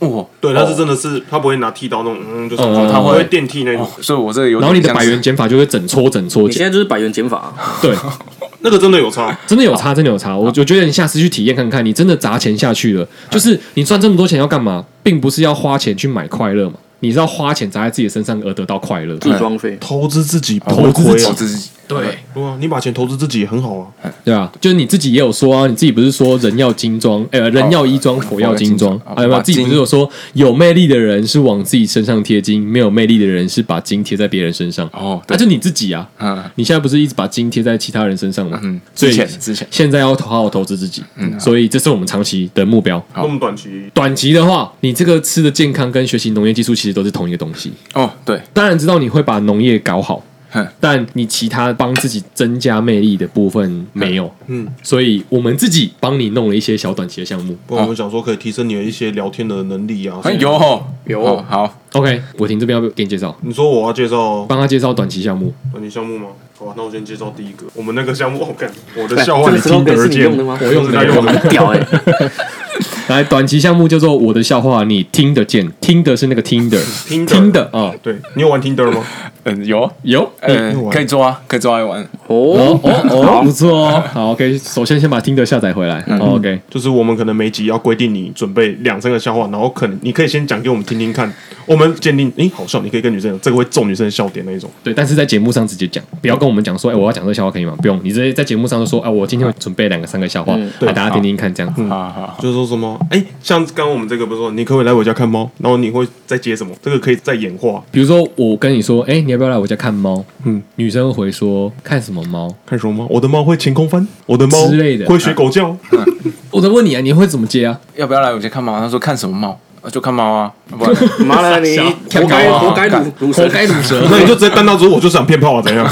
Speaker 4: 哇，
Speaker 3: 对，他是
Speaker 4: 哦
Speaker 3: 真的是，他不会拿剃刀那种，嗯，就是
Speaker 2: 嗯
Speaker 3: 他
Speaker 4: 他会
Speaker 3: 会电剃那种
Speaker 4: 哦，，所以我这个有点
Speaker 2: 然后你的
Speaker 4: 像
Speaker 2: 百
Speaker 4: 是
Speaker 2: 元剪法就会整撮整撮
Speaker 5: 你现
Speaker 2: 剪，
Speaker 5: 在就是百元减法啊，
Speaker 2: 对，
Speaker 3: 那个真的有差。
Speaker 2: 真的有差，真的有差。我我觉得你下次去体验看看，你真的砸钱下去了，就是你赚这么多钱要干嘛？并不是要花钱去买快乐嘛，你是要花钱砸在自己身上而得到快乐。
Speaker 5: 自装费。
Speaker 3: 投资自己不
Speaker 4: 投
Speaker 3: 会
Speaker 4: 资
Speaker 3: 亏
Speaker 4: 自己，投
Speaker 3: 啊，
Speaker 4: 资自己，
Speaker 2: 对
Speaker 3: 对啊，你把钱投资自己也很好啊。
Speaker 2: 对啊，就是你自己也有说啊，你自己不是说人要精装，呃，人要衣装，佛要精装
Speaker 4: 哦佛要，精装哦
Speaker 2: 哎嘛，
Speaker 4: 把
Speaker 2: 自己不是
Speaker 4: 精
Speaker 2: 有说有魅力的人是往自己身上贴金，没有魅力的人是把金贴在别人身上。
Speaker 4: 哦
Speaker 2: 那、
Speaker 4: 对
Speaker 2: 就你自己啊，
Speaker 4: 嗯，
Speaker 2: 你现在不是一直把金贴在其他人身上吗？
Speaker 4: 嗯
Speaker 2: 所以
Speaker 4: 之前之前
Speaker 2: 现在要好好投资自己，嗯，所以这是我们长期的目标。
Speaker 3: 那么短期，
Speaker 2: 短期的话，你这个吃的健康跟学习农业技术其实都是同一个东西。
Speaker 4: 哦，对，
Speaker 2: 当然知道你会把农业搞好
Speaker 4: 哼，
Speaker 2: 但你其他帮自己增加魅力的部分没有。
Speaker 3: 嗯，
Speaker 2: 所以我们自己帮你弄了一些小短期的项目。
Speaker 3: 不然我们想说可以提升你的一些聊天的能力啊。
Speaker 4: 很有哦，
Speaker 5: 有
Speaker 4: 哦好，
Speaker 2: OK，我婷这边要不要给你介绍？
Speaker 3: 你说我要介绍
Speaker 2: 帮他介绍短期项目，
Speaker 3: 短期项目吗？好吧，那我先介绍第一个，我们那个项目，我 干，我的笑话
Speaker 5: 这
Speaker 3: 你
Speaker 5: 个
Speaker 3: 听
Speaker 5: slogan
Speaker 3: 得
Speaker 5: 是你
Speaker 3: 见
Speaker 5: 用的吗？
Speaker 2: 我 用的
Speaker 3: 我用的
Speaker 5: 很 屌哎，
Speaker 2: 来，短期项目叫做“我的笑话”，你听得见，听的是那个听的，
Speaker 3: 听的哎
Speaker 2: 听的啊，
Speaker 3: 对你有玩 Tinder 吗？
Speaker 4: 嗯，有，
Speaker 2: 有
Speaker 4: 呃
Speaker 3: 有，玩
Speaker 4: 可以抓，可以抓一玩，
Speaker 5: 哦
Speaker 2: 哦，哦哦，不错哦，好，OK，首先先把听的下载回来哦，OK，
Speaker 3: 就是我们可能每集要规定你准备两三个笑话，然后可能你可以先讲给我们听听看，我们鉴定，诶，好笑，你可以跟女生讲，这个会中女生的笑点那一种。
Speaker 2: 对，但是在节目上直接讲，不要跟我们讲说，哎、我要讲这个笑话可以吗？不用，你直接在节目上就说，哎、我今天会准备两个、三个笑话，
Speaker 5: 嗯
Speaker 2: 让、大家听听看，这样子。
Speaker 4: 好好好，
Speaker 3: 就是说什么，哎、像刚刚我们这个不是说，你可不可以来我家看猫？然后你会再接什么？这个可以再演化，
Speaker 2: 比如说，我跟你说，哎、你要不要来我家看猫？
Speaker 3: 嗯
Speaker 2: 嗯，女生会回说，看什么猫？
Speaker 3: 看什么猫？我的猫会晴空翻，我的猫
Speaker 2: 之类的
Speaker 3: 会学狗叫。
Speaker 2: 我在问你啊，你会怎么接啊？
Speaker 4: 要不要来我家看猫？他说看什么猫？呃就看猫啊，不然
Speaker 5: 妈的你活该活该
Speaker 4: 干
Speaker 5: 卤卤
Speaker 2: 活
Speaker 5: 蛇，
Speaker 2: 该卤蛇，
Speaker 3: 那你就直接单刀直入，我就想骗炮啊，怎样？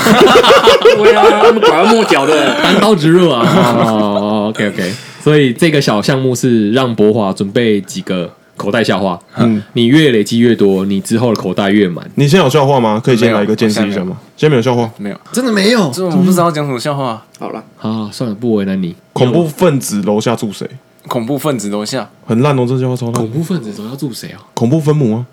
Speaker 5: 对啊，他们拐弯抹角的。
Speaker 2: 单刀直入啊！哦，OK OK，所以这个小项目是让博华准备几个口袋笑话，嗯，你越累积越多，你之后的口袋越满。
Speaker 3: 你现在有笑话吗？可以先来一
Speaker 4: 没
Speaker 3: 个
Speaker 4: 有
Speaker 3: 见识一下吗？现在没有笑话，
Speaker 4: 没有，
Speaker 2: 真的没有
Speaker 4: 这我不知道讲什么笑话啊，
Speaker 5: 好了，
Speaker 2: 啊？算了，不为难你。
Speaker 3: 恐怖分子楼下住谁？
Speaker 4: 恐怖分子楼下，
Speaker 3: 很烂哦，这句话超
Speaker 2: 恐
Speaker 3: 烂。
Speaker 2: 怖分子总要住谁啊？
Speaker 3: 恐怖分母啊，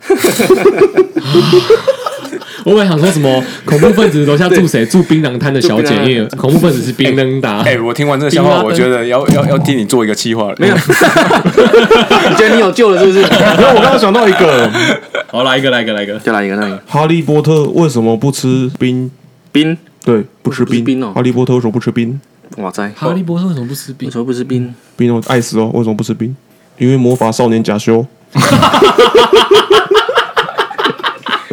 Speaker 2: 我本来想说什 么恐怖分子楼下住谁？住槟榔摊的小姐
Speaker 5: 住，槟榔摊
Speaker 2: 因为恐怖分子是槟榔 达。
Speaker 4: 哎，我听完这个笑
Speaker 2: 冰
Speaker 4: 话，
Speaker 2: 拉
Speaker 4: 我觉得要要要替你做一个企划了，
Speaker 5: 没有，你觉得你有救了是不是？
Speaker 3: 然后我刚刚想到一个，
Speaker 2: 好，来一个，来一个，来一个。
Speaker 5: 再来一个，再来一个。
Speaker 3: 哈利波特为什么不吃冰
Speaker 5: 冰，
Speaker 3: 对，不吃
Speaker 5: 不吃
Speaker 3: 冰，
Speaker 5: 冰哦
Speaker 3: 哈利波特为什么不吃冰？
Speaker 5: 哇塞，
Speaker 2: 哈利波特为什么不吃冰
Speaker 5: 为？什么不吃冰？
Speaker 3: 冰哦，爱死哦，为什么不吃冰？因为魔法少年假修。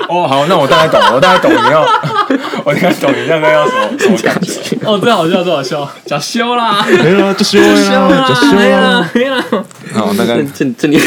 Speaker 4: 哦，好，那我大概懂，我大概懂你要， 我大概懂你大概要什么 什么感觉。
Speaker 2: 哦，这好笑，这好笑，假修啦，
Speaker 3: 没了，假修呀，假修
Speaker 2: 没
Speaker 3: 呀。
Speaker 2: 了没了。
Speaker 4: 好，大概
Speaker 5: 这这这里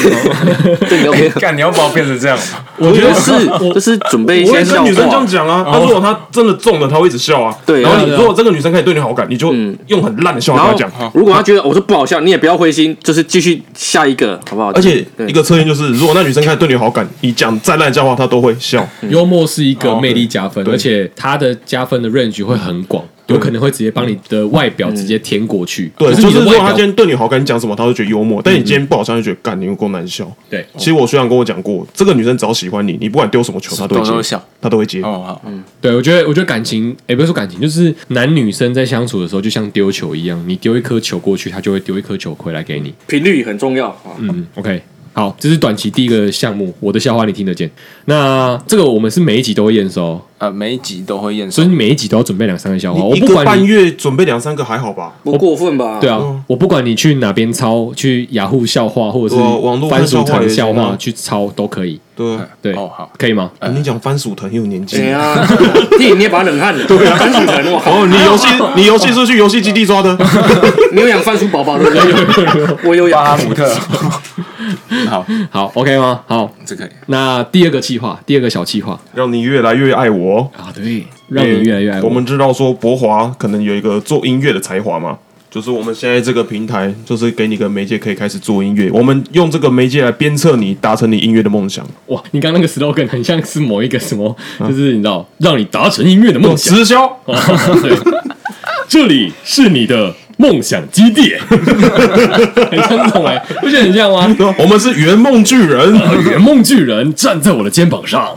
Speaker 5: 这里 OK，
Speaker 4: 干，你要把我变成这样吗？
Speaker 5: 我觉得哎是就是准备一
Speaker 3: 我
Speaker 5: 些
Speaker 3: 会
Speaker 5: 笑
Speaker 3: 跟女生这
Speaker 5: 话
Speaker 3: 样。讲啊，她如果她真的中了，她会一直笑啊。
Speaker 5: 对
Speaker 3: 然后你
Speaker 2: 对啊
Speaker 3: 如果这个女生开始对你好感，你就
Speaker 5: 嗯
Speaker 3: 用很烂的笑
Speaker 5: 然
Speaker 3: 话跟
Speaker 5: 后
Speaker 3: 她讲。
Speaker 5: 如果他觉得我说不好笑，你也不要灰心，就是继续下一个，好不好？
Speaker 3: 而且
Speaker 5: 对
Speaker 3: 一个测验就是，如果那女生开始对你有好感，你讲再烂的笑话，她都会笑。
Speaker 2: 幽默是一个魅力加分，
Speaker 3: 对
Speaker 2: 而且它的加分的 range 会很广，有可能会直接帮你的外表直接填过去。
Speaker 3: 对，
Speaker 2: 可
Speaker 3: 就是
Speaker 2: 你
Speaker 3: 是
Speaker 2: 的
Speaker 3: 如果她
Speaker 2: 外
Speaker 3: 今
Speaker 2: 表
Speaker 3: 天对你好感，你讲什么她都觉得幽默，但你今天不好笑，就觉得干你有够难笑。
Speaker 2: 对，
Speaker 3: 其实我学长跟我讲过，这个女生只要喜欢你，你不管丢什么球，她都
Speaker 4: 都
Speaker 3: 会
Speaker 4: 会
Speaker 3: 接
Speaker 4: 笑，
Speaker 3: 她都会接。
Speaker 4: 哦，好，
Speaker 2: 对我觉得我觉得感情，也不是说感情，就是男女生在相处的时候，就像丢球一样，你丢一颗球过去，他就会丢一颗球回来给你。
Speaker 5: 频率很重要啊。
Speaker 2: 嗯，OK，好，这是短期第一个项目，我的笑话你听得见。那这个我们是每一集都会验收，
Speaker 4: 呃，每一集都会验
Speaker 2: 所
Speaker 4: 收
Speaker 2: 以。你每一集都要准备两三个笑话。我
Speaker 3: 你一
Speaker 2: 不
Speaker 3: 个
Speaker 2: 管
Speaker 3: 半
Speaker 2: 你
Speaker 3: 月哦准备两三个还好吧？
Speaker 5: 不过分吧？
Speaker 2: 对，啊，我不管你去哪边抄，去雅虎笑话或者是
Speaker 3: 对啊网络看
Speaker 2: 番薯
Speaker 3: 笑话
Speaker 2: 藤
Speaker 3: 也行
Speaker 2: 笑
Speaker 3: 啊
Speaker 2: 话去抄都可以。
Speaker 3: 对啊，
Speaker 2: 对，
Speaker 4: 哦好
Speaker 2: 可以吗？
Speaker 3: 哦你讲番薯藤很有年
Speaker 5: 怎
Speaker 2: 哎
Speaker 3: 纪。
Speaker 5: 样？弟，哎你也把冷汗， 对啊，番薯藤，我靠，
Speaker 3: 哦，你游
Speaker 2: 哎
Speaker 3: 戏你游戏是不是去游戏基地抓 的？
Speaker 5: 你有养番薯宝宝对 不
Speaker 3: 啊
Speaker 5: 对？我有
Speaker 4: 巴
Speaker 5: 养，
Speaker 4: 哈姆特，好，
Speaker 2: 好，OK 吗？好，
Speaker 4: 这可以。
Speaker 2: 那第二个计划，第二个小计划
Speaker 3: 让你越来越爱我。
Speaker 2: 啊，对，让你越来越爱
Speaker 3: 因为
Speaker 2: 我。
Speaker 3: 我们知道说博华可能有一个做音乐的才华嘛，就是我们现在这个平台，就是给你个媒介可以开始做音乐。我们用这个媒介来鞭策你，达成你音乐的梦想。
Speaker 2: 哇，你刚刚那个 slogan 很像是某一个什么，
Speaker 3: 嗯
Speaker 2: 就是你知道，让你达成音乐的梦想。
Speaker 3: 直销，
Speaker 2: 对， 这里是你的梦想基地， 很像这种哎、不觉得很像吗？
Speaker 3: 对吧我们是圆梦巨人。
Speaker 2: 圆 梦巨人站在我的肩膀上。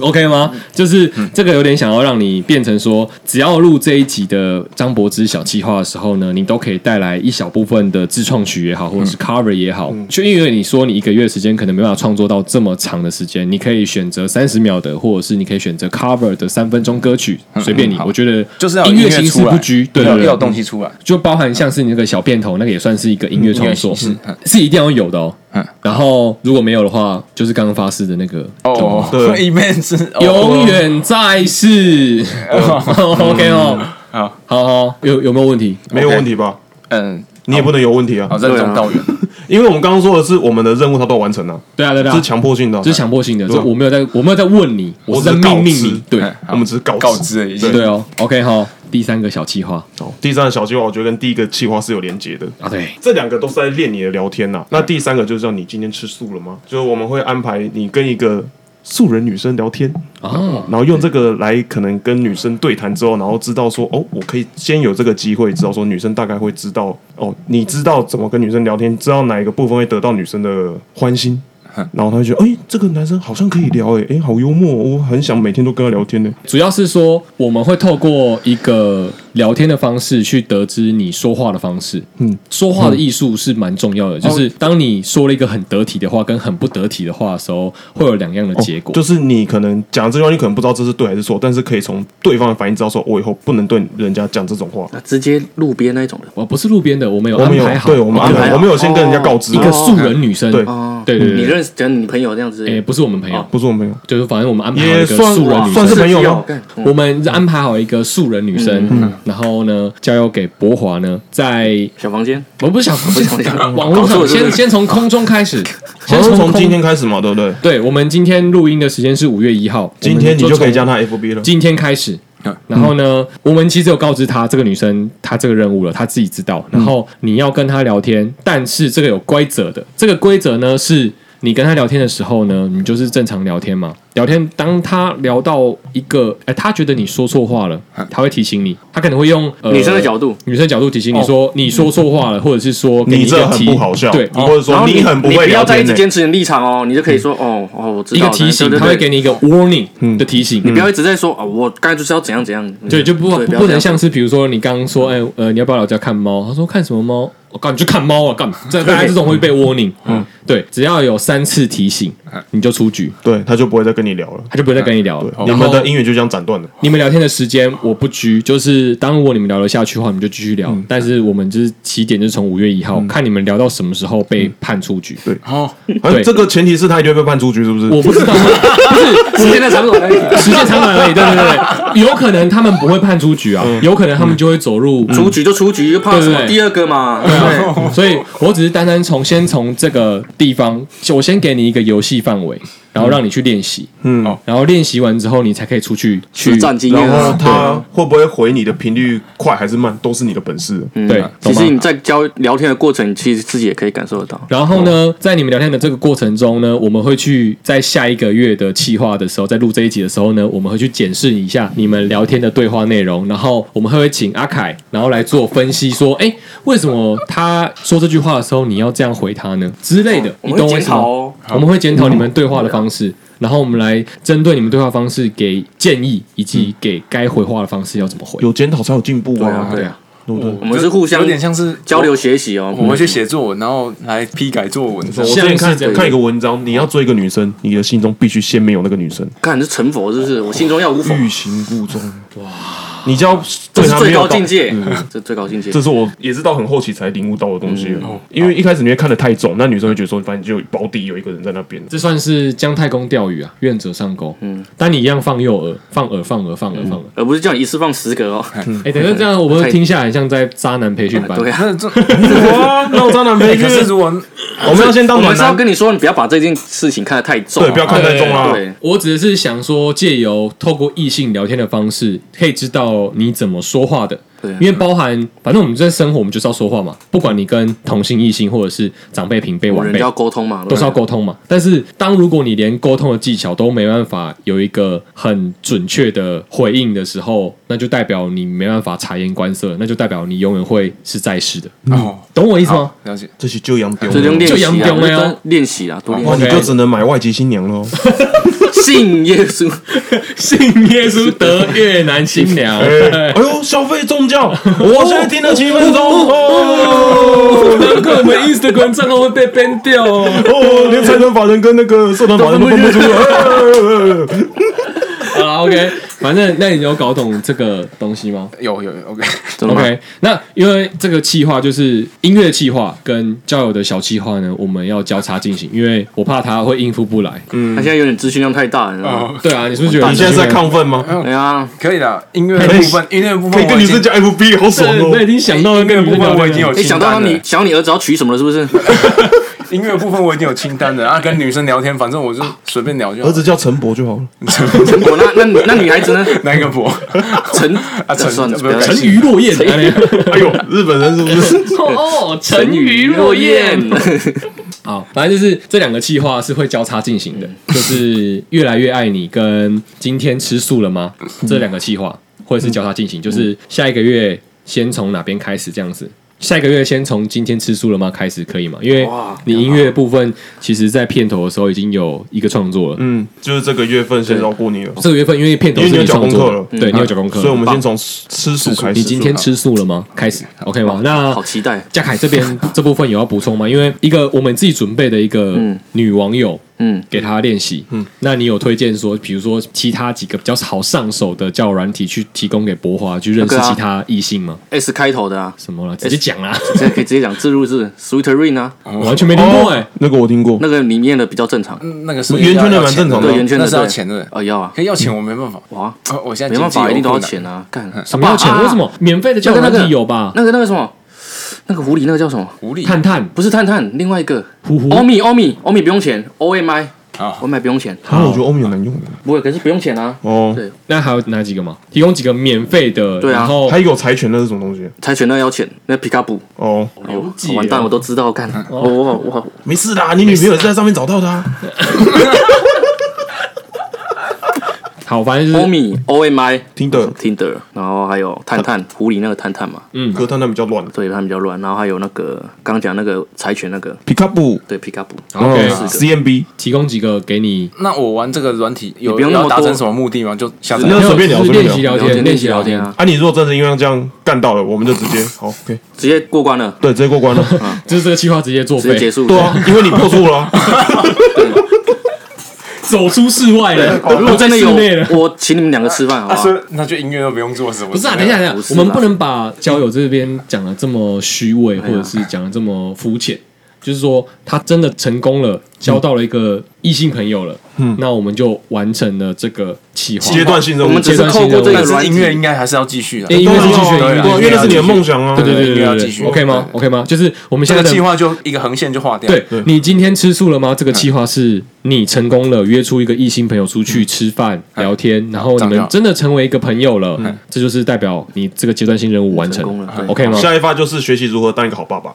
Speaker 2: OK 吗？就是这个有点想要让你变成说，只要录这一集的张柏芝小计划的时候呢，你都可以带来一小部分的自创曲也好，或者是
Speaker 4: 嗯
Speaker 2: cover 也好。就因为你说你一个月时间可能没办法创作到这么长的时间，你可以选择三十秒的，或者是你可以选择 cover 的三分钟歌曲，随便你。
Speaker 4: 嗯好
Speaker 2: 我觉得
Speaker 4: 就是要有
Speaker 2: 音
Speaker 4: 音
Speaker 2: 乐
Speaker 4: 乐
Speaker 2: 形式
Speaker 4: 出来
Speaker 2: 不拘，对
Speaker 4: 要
Speaker 2: 对对，
Speaker 4: 要有东西出来。
Speaker 2: 就包含像是你那个小片头，那个也算是一个音乐创作，
Speaker 4: 嗯音乐形式嗯
Speaker 2: 是一定要有的哦。
Speaker 4: 嗯
Speaker 2: 然后如果没有的话，就是刚刚发誓的那个
Speaker 4: 哦，
Speaker 3: 对
Speaker 4: 一面是哦
Speaker 2: 永远在世。OK 哦 哦，
Speaker 4: 好，
Speaker 2: 好好，有有没有问题？
Speaker 3: 没有问题吧？
Speaker 4: 嗯，
Speaker 3: 你也不能有问题啊
Speaker 4: 好，，任重道远。
Speaker 3: 因为我们刚刚说的是我们的任务，它都完成了，
Speaker 2: 对啊，对啊
Speaker 3: 这
Speaker 2: 对
Speaker 3: 是
Speaker 2: 啊，
Speaker 3: 强迫性的，
Speaker 2: 这是强迫性的，
Speaker 3: 对
Speaker 2: 这
Speaker 3: 啊
Speaker 2: 我没有在，我没有在问你，我是在
Speaker 3: 我只是告
Speaker 2: 命令
Speaker 3: 知
Speaker 2: 你。对
Speaker 4: 嗯
Speaker 3: 啊我们只是告知
Speaker 4: 告知而已。
Speaker 3: 对
Speaker 2: 对哦，OK 哈，第三个小计划
Speaker 3: 好第三个小计划，我觉得跟第一个计划是有连接的。
Speaker 2: 啊，对，
Speaker 3: 这两个都是在练你的聊天呐、那第三个就是叫你今天吃素了吗？就是我们会安排你跟一个素人女生聊天，
Speaker 2: 哦，
Speaker 3: 然后用这个来可能跟女生对谈之后，然后知道说哦，我可以先有这个机会知道说女生大概会知道哦，你知道怎么跟女生聊天，知道哪一个部分会得到女生的欢心。
Speaker 2: 嗯
Speaker 3: 然后他就觉得，哎、这个男生好像可以聊、哎，哎，好幽默、哦，我很想每天都跟他聊天呢、
Speaker 2: 主要是说我们会透过一个聊天的方式去得知你说话的方式。
Speaker 3: 嗯，哦
Speaker 2: 说话的艺术是蛮重要的，就是当你说了一个很得体的话跟很不得体的话的时候，会有两样的结果。
Speaker 3: 哦就是你可能讲这句话，你可能不知道这是对还是错，但是可以从对方的反应知道说，哦我以后不能对人家讲这种话。
Speaker 5: 啊直接路边那一种的，
Speaker 2: 我不是路边的，我们有
Speaker 3: 我
Speaker 2: 安
Speaker 3: 们有
Speaker 2: 排好，
Speaker 3: 对我们安
Speaker 5: 安排
Speaker 3: 排，
Speaker 5: 好
Speaker 3: 我们有先跟人家告知啊
Speaker 2: 一个素人女生，
Speaker 3: 对哎
Speaker 5: 哦
Speaker 2: 对对对
Speaker 5: 你认识，讲你朋友这样子，
Speaker 2: 诶，不是我们朋友
Speaker 5: 哦，
Speaker 3: 不是我没有，
Speaker 2: 就是反正我们安排好一
Speaker 3: 也
Speaker 2: 个
Speaker 3: 算
Speaker 2: 素人女
Speaker 3: 算
Speaker 2: 生
Speaker 3: 是。朋友吗？
Speaker 5: 干
Speaker 2: 我们安排好一个素人女
Speaker 3: 嗯
Speaker 2: 生，然后呢，交由给博华呢，在
Speaker 5: 小房间，
Speaker 2: 我不是想不
Speaker 5: 不是
Speaker 2: 想网络
Speaker 5: 搞错
Speaker 2: 上
Speaker 5: 了是不
Speaker 2: 先
Speaker 5: 是
Speaker 2: 先从空中开始，
Speaker 3: 好
Speaker 2: 先
Speaker 3: 像从
Speaker 2: 空
Speaker 3: 今天开始嘛，对不对？
Speaker 2: 对，我们今天录音的时间是五月一号，
Speaker 3: 今天你
Speaker 2: 我们
Speaker 3: 就可以
Speaker 2: 从
Speaker 3: 加他 FB 了。
Speaker 2: 今天开始
Speaker 4: 嗯。
Speaker 2: 然后呢，我们其实有告知她这个女生她这个任务了，她自己知道。然后你要跟她聊天，但是这个有规则的。这个规则呢是。你跟她聊天的时候呢，你就是正常聊天嘛。聊天，当她聊到一个，哎、她觉得你说错话了，
Speaker 3: 嗯
Speaker 2: 她会提醒你。她可能会用、呃
Speaker 5: 女生的角度，哦
Speaker 2: 女生角度提醒你说、你说错话了，或者是说给
Speaker 3: 你
Speaker 2: 一个
Speaker 3: 这很
Speaker 2: 提
Speaker 3: 不好笑，
Speaker 2: 对，
Speaker 3: 或者
Speaker 5: 然
Speaker 3: 说
Speaker 5: 后
Speaker 3: 哦你很
Speaker 5: 不
Speaker 3: 会
Speaker 5: 你要
Speaker 3: 聊
Speaker 5: 再一
Speaker 3: 天欸
Speaker 5: 直
Speaker 3: 呢。
Speaker 5: 坚持你的立场哦，你就可以说哦哦，我知
Speaker 2: 一
Speaker 5: 道
Speaker 2: 个提醒，
Speaker 5: 对对对
Speaker 2: 她会给你一个 warning 的提
Speaker 3: 嗯
Speaker 2: 醒。
Speaker 5: 你不要一直在说哦，我刚才就是要怎样怎样，
Speaker 2: 对，就不
Speaker 5: 对
Speaker 2: 不
Speaker 5: 要
Speaker 2: 不
Speaker 5: 这
Speaker 2: 能
Speaker 5: 样
Speaker 2: 像是比如说你刚刚说，哎、呃，你要不要老家看猫？他说看什么猫？我告你去看猫啊， 干这大家这种会被 warning，嗯，对，只要有三次提醒，
Speaker 5: 嗯
Speaker 2: 你就出局，
Speaker 3: 对，他就不会再跟你聊了。
Speaker 2: 他就不会再跟你聊
Speaker 3: 对
Speaker 2: 了。，
Speaker 3: 你
Speaker 2: 然
Speaker 3: 们
Speaker 2: 后
Speaker 3: 的姻缘就这样斩断了。
Speaker 2: 你们聊天的时间我不拘，就是当如果你们聊得下去的话，你们就继续聊。
Speaker 5: 嗯
Speaker 2: 但是我们就是起点就是从五月一号，看你们聊到什么时候
Speaker 5: 嗯
Speaker 2: 被判出局。
Speaker 4: 哦，
Speaker 3: 啊
Speaker 2: 对
Speaker 3: 这个前提是他一定会被判出局，是不是？
Speaker 2: 我不 知道，
Speaker 5: 时间的长短而已。
Speaker 2: 时间长短而已。对对对对，有可能他们不会判出局啊，
Speaker 5: 嗯
Speaker 2: 有可能他们就会走入
Speaker 5: 出局就出局，又怕
Speaker 2: 对
Speaker 5: 什么
Speaker 2: 对对
Speaker 5: 第二个嘛？
Speaker 2: 对，啊所以我只是单单从先从这个地方，我先给你一个游戏范围，然后让你去练习，
Speaker 3: 嗯，
Speaker 4: 哦
Speaker 2: 然后练习完之后，你才可以出去去
Speaker 5: 实战经验
Speaker 3: 然后
Speaker 5: 啊。
Speaker 3: 他会不会回你的频率快还是慢，都是你的本事。啊
Speaker 2: 对，
Speaker 5: 其
Speaker 2: 懂吗
Speaker 5: 实你在交聊天的过程，你其实自己也可以感受得到。
Speaker 2: 然后呢，在你们聊天的这个过程中呢，我们会去在下一个月的企划的时候，在录这一集的时候呢，我们会去检视一下你们聊天的对话内容，然后我们会请阿凯，然后来做分析，说，哎，为什么他说这句话的时候你要这样回他呢之类的？
Speaker 5: 我
Speaker 2: 你
Speaker 5: 们
Speaker 2: 懂
Speaker 5: 会
Speaker 2: 我意
Speaker 5: 检
Speaker 2: 思吗
Speaker 5: 讨哦？
Speaker 2: 我们会检讨你们对话的方式。然后我们来针对你们对话方式给建议，以及给该回话的方式要怎么回。
Speaker 3: 有检讨才有进步啊！
Speaker 5: 对啊，
Speaker 3: 对不对？
Speaker 5: 我们是互相
Speaker 4: 有点像是
Speaker 5: 交流学习
Speaker 2: 嗯
Speaker 5: 哦。
Speaker 4: 我会去写作文，然后来批改作文。
Speaker 3: 我
Speaker 2: 像
Speaker 3: 之
Speaker 2: 是
Speaker 3: 前
Speaker 2: 这样
Speaker 3: 看看一个文章，你要追一个女生，你的心中必须先没有那个女生，
Speaker 5: 看你是成佛是不
Speaker 2: 嗯
Speaker 5: 是？我心中要无佛，
Speaker 3: 欲擒故纵。哇！你就要
Speaker 5: 这
Speaker 3: 对
Speaker 5: 是
Speaker 3: 她没
Speaker 5: 最
Speaker 3: 有
Speaker 5: 高
Speaker 3: 到
Speaker 5: 境界，
Speaker 2: 嗯
Speaker 5: 这最高境界
Speaker 3: 这。是我也是到很后期才领悟到的东西了，啊因为一开始你会看得太重，那女生会觉得说，反正就有保底有一个人在那边，
Speaker 2: 这算是姜太公钓鱼啊，愿者上钩。嗯，但你一样放诱饵，放饵，放饵，放饵，放饵。
Speaker 5: 而不是叫你一次放十个哦，
Speaker 2: 哎、等一下这样，我们听下来像在渣男培训班。
Speaker 5: 对啊，
Speaker 4: 那这哇，
Speaker 3: 那我渣男
Speaker 4: 哎
Speaker 3: 培
Speaker 4: 可是
Speaker 3: 训，
Speaker 4: 如果
Speaker 3: 我们要先当
Speaker 5: 我
Speaker 3: 暖
Speaker 5: 们是要
Speaker 3: 男，
Speaker 5: 跟你说，你不要把这件事情看得太重啊，
Speaker 3: 哎对，不要看太重啦。
Speaker 5: 对
Speaker 2: 我只是想说，借由透过异性聊天的方式，可以知道你怎么说话的。
Speaker 5: 对啊
Speaker 2: 因为包含，反正我们在生活，我们就是要说话嘛。不管你跟同性、异性，或者是长辈、平辈、
Speaker 5: 有
Speaker 2: 晚
Speaker 5: 人
Speaker 2: 辈
Speaker 5: 就，要沟通嘛，
Speaker 2: 都是要沟通嘛。但是，当如果你连沟通的技巧都没办法有一个很准确的回应的时候，那就代表你没办法察言观色，那就代表你永远会是在世的。
Speaker 4: 哦，
Speaker 2: 懂我意思吗
Speaker 4: 好？了解，
Speaker 3: 这哎些就养丢
Speaker 5: 这就
Speaker 3: 了，
Speaker 5: 练
Speaker 2: 就
Speaker 5: 习啊，
Speaker 2: 养丢了哟
Speaker 5: 就是练习啊，多
Speaker 3: 哇，
Speaker 5: 练
Speaker 3: 你
Speaker 5: 习。
Speaker 3: 就只能买外籍新娘喽。
Speaker 2: 哦
Speaker 5: 信耶稣，
Speaker 2: 信耶稣得越南新 娘。
Speaker 3: 哎哦呦，消费宗教，我现在听了七分钟，哦
Speaker 2: 哦，难怪我们 Instagram 账号会被 ban 掉哦。
Speaker 3: 哦，连财团法人跟那个社团法人都分不出哎来。
Speaker 2: 好啦 o k 反正那你有搞懂这个东西吗
Speaker 4: 有有有，OK，
Speaker 5: 怎么办？
Speaker 2: ？OK，那因为这个企划就是音乐企划跟交友的小企划呢，我们要交叉进行，因为我怕他会应付不来。
Speaker 5: 他现在有点资讯量太大，你知道吗？
Speaker 2: 对啊，你是不是觉得
Speaker 3: 你现在是在亢奋吗？
Speaker 5: 哎呀，
Speaker 4: 可以的。音乐的部分，音乐的部
Speaker 3: 可
Speaker 4: 分
Speaker 3: 以
Speaker 4: 我
Speaker 3: 跟女
Speaker 4: 已
Speaker 3: 生
Speaker 4: 经，
Speaker 3: 讲 FB，好爽
Speaker 2: 我已
Speaker 3: 哦！
Speaker 2: 经想到那
Speaker 4: 音乐
Speaker 2: 个
Speaker 4: 的部分我已经有
Speaker 2: 哦
Speaker 5: 哎，
Speaker 4: 清
Speaker 5: 想到
Speaker 4: 单了
Speaker 5: 你。想到你儿子要娶什么了，是不是？
Speaker 4: 音乐部分我已经有清单了啊，跟女生聊天，反正我就随便 聊就好
Speaker 3: 儿。子叫陈博就好了。
Speaker 5: 陈果，那那那女孩子呢？
Speaker 4: 哪一个 博？
Speaker 5: 陈
Speaker 4: 啊陈
Speaker 5: 算了，
Speaker 4: 不
Speaker 5: 不要
Speaker 4: 是
Speaker 5: 再
Speaker 2: 沉
Speaker 5: 提
Speaker 2: 鱼落雁。
Speaker 3: 哎呦，日本人是不是？
Speaker 2: 哦，
Speaker 5: 沉鱼落雁。
Speaker 2: 好，反正就是这两个计划是会交叉进
Speaker 3: 嗯
Speaker 2: 行的，就是越来越爱你跟今天吃素了吗？
Speaker 3: 嗯
Speaker 2: 这两个计划会是交叉进行，就是下一个月先从哪边开始这样子。下一个月先从今天吃素了吗开始可以吗？因为
Speaker 5: 哇
Speaker 2: 你音乐部分其实，在片头的时候已经有一个创作了。
Speaker 3: 嗯，就是这个月份先绕过你了，
Speaker 2: 这个月份因为片头是
Speaker 3: 因为你有交
Speaker 2: 创作的
Speaker 3: 功课了嗯
Speaker 2: 对你有交功课了，
Speaker 3: 所以我们
Speaker 2: 很棒
Speaker 3: 先从吃素开始。
Speaker 2: 你今天吃素了吗？开始，OK 吗？那
Speaker 5: 好期待。
Speaker 2: 嘉凯这边这部分有要补充吗？因为一个我们自己准备的一个
Speaker 5: 嗯
Speaker 2: 女网友，
Speaker 5: 嗯，
Speaker 2: 给她练习，嗯，那你有推荐说，比如说其他几个比较好上手的交友软体去提供给博华去认识
Speaker 5: 那个啊
Speaker 2: 其他异性吗？
Speaker 5: S 开头的啊，
Speaker 2: 什么了？直接讲啦，
Speaker 5: 现在可以直接讲自入字 Sweeterine 啊，
Speaker 2: 我完全没听过哎，
Speaker 3: 哦那个我听过，
Speaker 5: 那个里面的比较正常，
Speaker 4: 那个是
Speaker 3: 圆圈的
Speaker 4: 要
Speaker 3: 蛮正
Speaker 2: 哦
Speaker 3: 常的
Speaker 5: 对圆
Speaker 4: 钱
Speaker 5: 圈
Speaker 4: 那
Speaker 5: 的
Speaker 4: 是要
Speaker 5: 对
Speaker 4: 钱的。
Speaker 5: 啊要啊，
Speaker 4: 可以要钱，我没办法。
Speaker 5: 哇，
Speaker 4: 啊我现在
Speaker 5: 没办
Speaker 4: 经济
Speaker 5: 法，
Speaker 4: 有
Speaker 5: 一定都要
Speaker 4: 困难
Speaker 5: 钱啊，干
Speaker 2: 什么要嗯钱
Speaker 5: 啊？啊
Speaker 2: 为什么免费的交友软体有吧？
Speaker 5: 那个那个什么，那个狐狸那个叫什哦么？
Speaker 4: 狐狸
Speaker 2: 探探
Speaker 5: 不是探探，另外一个
Speaker 2: 呼呼
Speaker 5: 欧米欧米欧米不用钱，O M I
Speaker 4: 啊
Speaker 5: O，M I 不用钱，
Speaker 3: 啊，我觉得欧米很难用的
Speaker 5: 不会，可是不用钱啊，
Speaker 3: 哦。
Speaker 5: 对，
Speaker 2: 那还有哪几个吗？提供几个免费的，
Speaker 5: 对啊
Speaker 2: 然后
Speaker 3: 还有柴犬那是什么东西？
Speaker 5: 柴犬那个要钱，那皮卡布，
Speaker 3: 哦，
Speaker 2: 了解
Speaker 5: 完蛋，我都知道，干，哦我我我
Speaker 3: 没事啊啦，你女朋友是在上面找到的啊。
Speaker 2: 好，好，反正就是
Speaker 5: Omi O M I
Speaker 3: 听的
Speaker 5: Tinder，然后还有探探狐狸那个探探嘛，
Speaker 3: 歌单那比较乱。
Speaker 5: 对，他们比较乱。然后还有那个刚刚讲那个柴犬那个，
Speaker 3: 皮卡布
Speaker 5: 对皮卡布，
Speaker 2: OK
Speaker 5: 四个
Speaker 3: CMB，
Speaker 2: 提供几个给你，
Speaker 4: 那我玩这个软体有
Speaker 5: 不用那么
Speaker 4: 要达成
Speaker 5: 多
Speaker 4: 什么目的吗？就下载
Speaker 3: 那随便聊
Speaker 2: 就是
Speaker 3: 随便
Speaker 2: 练习聊天，练习聊天。
Speaker 5: 啊，
Speaker 3: 啊，你如果真的因为这样干到了，我们就直接好，OK，
Speaker 5: 直接过关了，
Speaker 3: 对，直接过关了。
Speaker 2: 就是这个计划直接作
Speaker 5: 直接结
Speaker 2: 废，
Speaker 5: 束。
Speaker 3: 对啊，因为你破处了啊，
Speaker 2: 走出室外了。
Speaker 5: 哦如果真的有
Speaker 2: 在室内了，
Speaker 5: 我请你们两个吃饭好不好？
Speaker 4: 啊那就音乐都不用做什么。
Speaker 2: 不是啊，等一下，等一
Speaker 5: 不
Speaker 2: 下，
Speaker 5: 是
Speaker 2: 我
Speaker 5: 啦
Speaker 2: 们不能把交友这边讲的这么虚伪，或者是讲的这么肤浅。就是说，他真的成功了，交到了一个异性朋友了，嗯，那我们就完成了这个企划。
Speaker 3: 阶段性任
Speaker 5: 我
Speaker 3: 务
Speaker 5: 们。只是透过这个
Speaker 4: 但
Speaker 5: 软
Speaker 4: 是
Speaker 5: 体
Speaker 4: 音乐应该还是要继续的。
Speaker 2: 哎因为是继续，
Speaker 3: 对啊对啊因为那是你的梦想啊。
Speaker 2: 对对对
Speaker 4: 音乐要
Speaker 2: 对
Speaker 4: 继
Speaker 2: 对
Speaker 4: 续
Speaker 2: 对，OK 吗
Speaker 4: 对
Speaker 2: ？OK 吗？就是我们
Speaker 4: 这
Speaker 2: 现在
Speaker 4: 个
Speaker 2: 的
Speaker 4: 计划就一个横线就划掉。
Speaker 2: 对你今天吃素了吗？这个计划是你成功了，约出一个异性朋友出去吃饭、聊天，然后你
Speaker 4: 这样
Speaker 2: 们
Speaker 4: 就好
Speaker 2: 真的成为一个朋友了，这就是代表你这个阶段性任务完成
Speaker 5: 成功了对
Speaker 2: OK 吗？
Speaker 3: 下一发就是学习如何当一个好爸爸。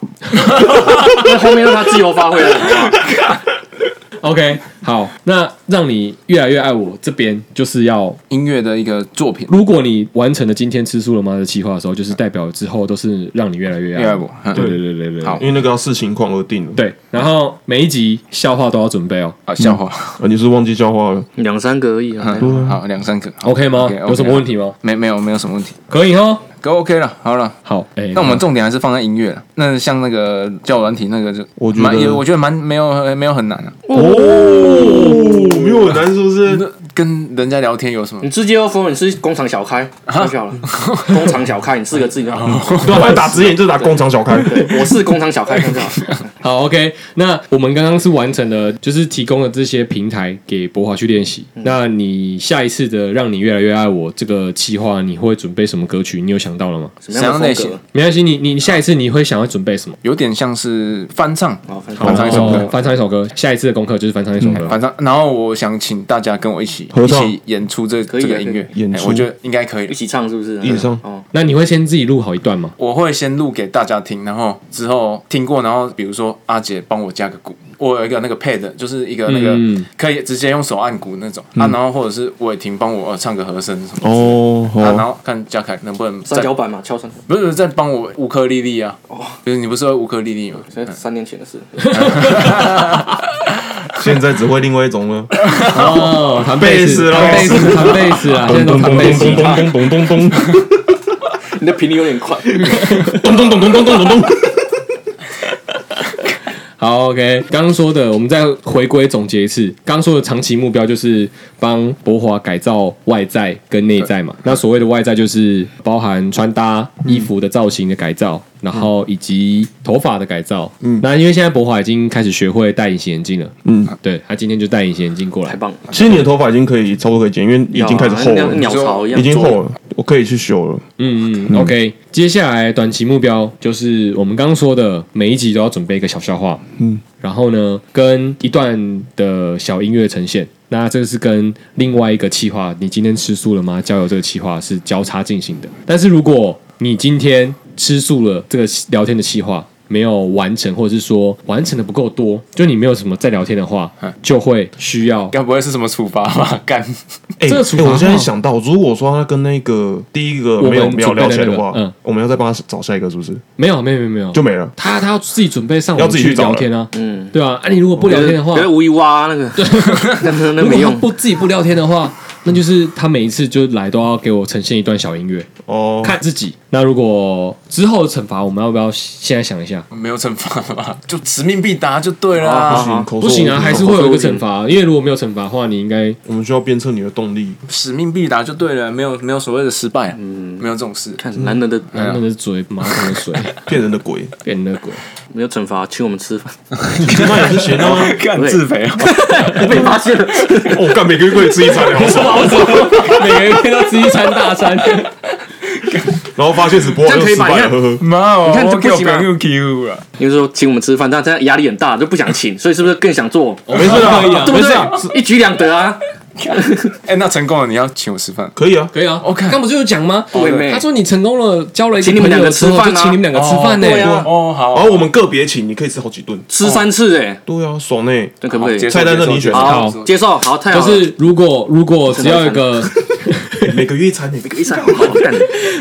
Speaker 5: 那后面让他自由发挥了，好不好
Speaker 2: OK，好，那让你越来越爱我这边就是要，
Speaker 4: 音乐的一个作品。
Speaker 2: 如果你完成了今天吃素了吗的计划的时候，就是代表之后都是让你越来越
Speaker 4: 另外
Speaker 2: 爱
Speaker 4: 我
Speaker 2: 我。，
Speaker 4: 嗯
Speaker 2: 对对对对对，
Speaker 4: 好
Speaker 3: 因为那个要视情况而定的。
Speaker 2: 对，然后每一集笑话都要准备哦
Speaker 4: 好笑话，
Speaker 3: 啊，你是忘记教化了？
Speaker 5: 两三个而已啊。
Speaker 4: 嗯好两三个。
Speaker 2: ，OK 吗？
Speaker 4: OK，OK，
Speaker 2: 有什么问题吗？
Speaker 4: 没没有没有什么问题，
Speaker 2: 可以哦。
Speaker 4: 可 OK 了，好了。
Speaker 2: 好，哎，
Speaker 4: 那我们重点还是放在音乐了。那像那个叫软体那个就，
Speaker 3: 我觉得
Speaker 4: 蛮也我觉得蛮没有没有很难啊。
Speaker 3: 哦，没有很难是不是？
Speaker 4: 那跟人家聊天有什么
Speaker 5: 你？直接要说你是工厂小开，
Speaker 3: 啊
Speaker 5: 太小了，工厂小开，你四个字你就好。
Speaker 3: 对啊，反正打直眼就是打工厂小开。
Speaker 5: 对，我是工厂小开，看就好。
Speaker 2: 好，OK。那我们刚刚是完成了，就是提供了这些平台给博华去练习。那你下一次的“让你越来越爱我”这个计划，你会准备什么歌曲？你有想到了吗？
Speaker 5: 什么
Speaker 4: 什么
Speaker 5: 样的风
Speaker 4: 样
Speaker 5: 格？
Speaker 2: 没关系，你你你下一次你会想要准备什么？
Speaker 4: 有点像是翻唱，
Speaker 5: 好，反
Speaker 4: 翻
Speaker 5: 正
Speaker 4: 唱一首
Speaker 2: 哦
Speaker 4: 歌，嗯
Speaker 2: 翻唱一首歌。下一次的功课就是翻唱一首歌。
Speaker 4: 翻唱。然后我想请大家跟我一起
Speaker 3: 合
Speaker 4: 一
Speaker 3: 唱
Speaker 4: 起演出这
Speaker 5: 可以
Speaker 4: 这
Speaker 5: 啊
Speaker 4: 个
Speaker 5: 可以
Speaker 4: 音乐，
Speaker 3: 演
Speaker 4: 哎
Speaker 3: 出
Speaker 4: 我觉得应该可以
Speaker 5: 一。起唱是不是？
Speaker 3: 一起唱
Speaker 5: 哦，
Speaker 2: 那你会先自己录好一段吗？
Speaker 4: 我会先录给大家听，然后之后听过，然后比如说阿姐帮我加个鼓，我有一个那个 pad，就是一个那个
Speaker 2: 嗯
Speaker 4: 可以直接用手按鼓那种、
Speaker 3: 嗯
Speaker 4: 啊，然后或者是伟霆帮我呃唱个和声什么。
Speaker 3: 哦，
Speaker 4: 啊，然
Speaker 3: 好，
Speaker 4: 后看嘉凯能不能
Speaker 5: 三
Speaker 4: 再
Speaker 5: 角板嘛，敲三角。
Speaker 4: 不是不是再帮我乌克丽丽啊？哦，不是你不是会乌克丽丽 吗？
Speaker 5: 现在三年前的事，
Speaker 3: 现在只会另外一种了。
Speaker 2: 哦，弹贝斯，
Speaker 3: 咯
Speaker 2: 弹贝斯，弹贝斯 啊！现在都弹贝斯。
Speaker 3: 咚咚咚咚咚
Speaker 5: 你的频率有 点快。
Speaker 3: 咚咚咚咚咚咚咚。
Speaker 2: 好，OK。刚刚说的，我们再回归总结一次。刚刚说的长期目标就是帮博华改造外在跟内在嘛。那所谓的外在就是包含穿搭、衣服的造型的改造，然后以及头发的改造。嗯，那因为现在博华已经开始学会戴隐形眼镜了。嗯，对他今天就戴隐形眼镜过
Speaker 5: 太
Speaker 2: 来。
Speaker 5: 棒了，
Speaker 3: 其实你的头发已经可以差不多可以剪，因为已经开始厚
Speaker 5: 像
Speaker 3: 了，
Speaker 5: 鸟巢一样，
Speaker 3: 已经厚了，我可以去修了。
Speaker 2: 嗯嗯，OK。接下来短期目标就是我们刚刚说的，每一集都要准备一个小笑话，嗯，然后呢，跟一段的小音乐呈现。那这个是跟另外一个企划，你今天吃素了吗？交友这个企划是交叉进行的。但是如果你今天吃素了，这个聊天的企划没有完成，或者是说完成的不够多，就你没有什么在聊天的话，就会需要
Speaker 4: 该不会是什么处罚吧？干，
Speaker 3: 哎，
Speaker 2: 这个处罚
Speaker 3: 哎我现在
Speaker 2: 哈
Speaker 3: 想到，如果说他跟那个第一个没有
Speaker 2: 我们
Speaker 3: 没有
Speaker 2: 准备
Speaker 3: 聊
Speaker 2: 的
Speaker 3: 起来的
Speaker 2: 那个
Speaker 3: 话
Speaker 2: 嗯，
Speaker 3: 我们要再帮他找下一个，是不是
Speaker 2: 没有没有没有没有
Speaker 3: 就没了？
Speaker 2: 他他要自己准备上
Speaker 3: 要
Speaker 2: 网
Speaker 3: 自己去
Speaker 2: 去
Speaker 3: 找
Speaker 2: 聊
Speaker 3: 了
Speaker 2: 天啊，嗯，对啊，啊你如果不聊天的话
Speaker 5: 不，要无意挖那个， 那那那
Speaker 2: 如果
Speaker 5: 没
Speaker 2: 他
Speaker 5: 用。
Speaker 2: 不自己不聊天的话，那就是他每一次就来都要给我呈现一段小音乐，
Speaker 3: 哦，
Speaker 2: 看自己。那如果之后的惩罚，我们要不要现在想一下？
Speaker 4: 没有惩罚吧？就使命必达就对了
Speaker 5: 好
Speaker 4: 啊
Speaker 5: 好。好
Speaker 3: 口
Speaker 2: 不
Speaker 3: 说
Speaker 2: 行啊，
Speaker 3: 无凭
Speaker 2: 还是会有一个惩罚，因为如果没有惩罚的话，你应该
Speaker 3: 我们需要鞭策你的动力。
Speaker 4: 使命必达就对了，没有没有所谓的失败、啊，嗯，没有这种事。
Speaker 5: 看男人的
Speaker 2: 那个嘴马桶的水
Speaker 3: 骗人的 鬼，
Speaker 2: 变那鬼，
Speaker 5: 没有惩罚，请我们吃饭，
Speaker 3: 那也是行啊！
Speaker 4: 干
Speaker 5: 对
Speaker 4: 自肥啊！
Speaker 5: 被发现了。
Speaker 3: 我哦干每个月可以吃一餐， 好爽。
Speaker 2: 每个月都吃一餐大餐。
Speaker 3: 然后发现直播
Speaker 5: 这
Speaker 3: 又
Speaker 5: 可以
Speaker 3: 失
Speaker 5: 吧
Speaker 3: 败了，呵呵。
Speaker 4: 妈哦，
Speaker 5: 你看这
Speaker 4: 我
Speaker 5: 不行啊
Speaker 4: 又 Q 了。
Speaker 5: 因为说请我们吃饭，但这样压力很大，就不想请，所以是不是更想做？
Speaker 3: 哦
Speaker 2: 没事
Speaker 5: 对
Speaker 2: 可以
Speaker 5: 啊
Speaker 2: 啊，
Speaker 5: 对
Speaker 2: 没
Speaker 5: 不
Speaker 2: 事啊。
Speaker 5: 对？一举两得啊！
Speaker 4: 哎，那成功了，你要请我吃饭。
Speaker 3: 可以 啊，
Speaker 2: 可以啊。
Speaker 4: OK
Speaker 2: 刚不是有讲吗？
Speaker 5: 对妹
Speaker 2: 他说你成功了，交了一个
Speaker 5: 请你们
Speaker 2: 朋友
Speaker 5: 两个吃
Speaker 2: 之后
Speaker 5: 饭
Speaker 2: 就
Speaker 5: 啊
Speaker 2: 请你们两个吃饭呢。
Speaker 5: 对啊
Speaker 4: 哦，好，
Speaker 3: 然后我们个别请，你可以吃好几顿。
Speaker 5: 吃三次哎，
Speaker 3: 对啊，爽呢。
Speaker 5: 那可不可以
Speaker 4: 接？受
Speaker 3: 菜单任你选
Speaker 4: 接受
Speaker 5: 好
Speaker 4: 接，受
Speaker 5: 接受好，太好
Speaker 2: 就
Speaker 5: 了。
Speaker 2: 是如果如果只要有一个，
Speaker 3: 每个月一餐呢，
Speaker 5: 一闪好好 看，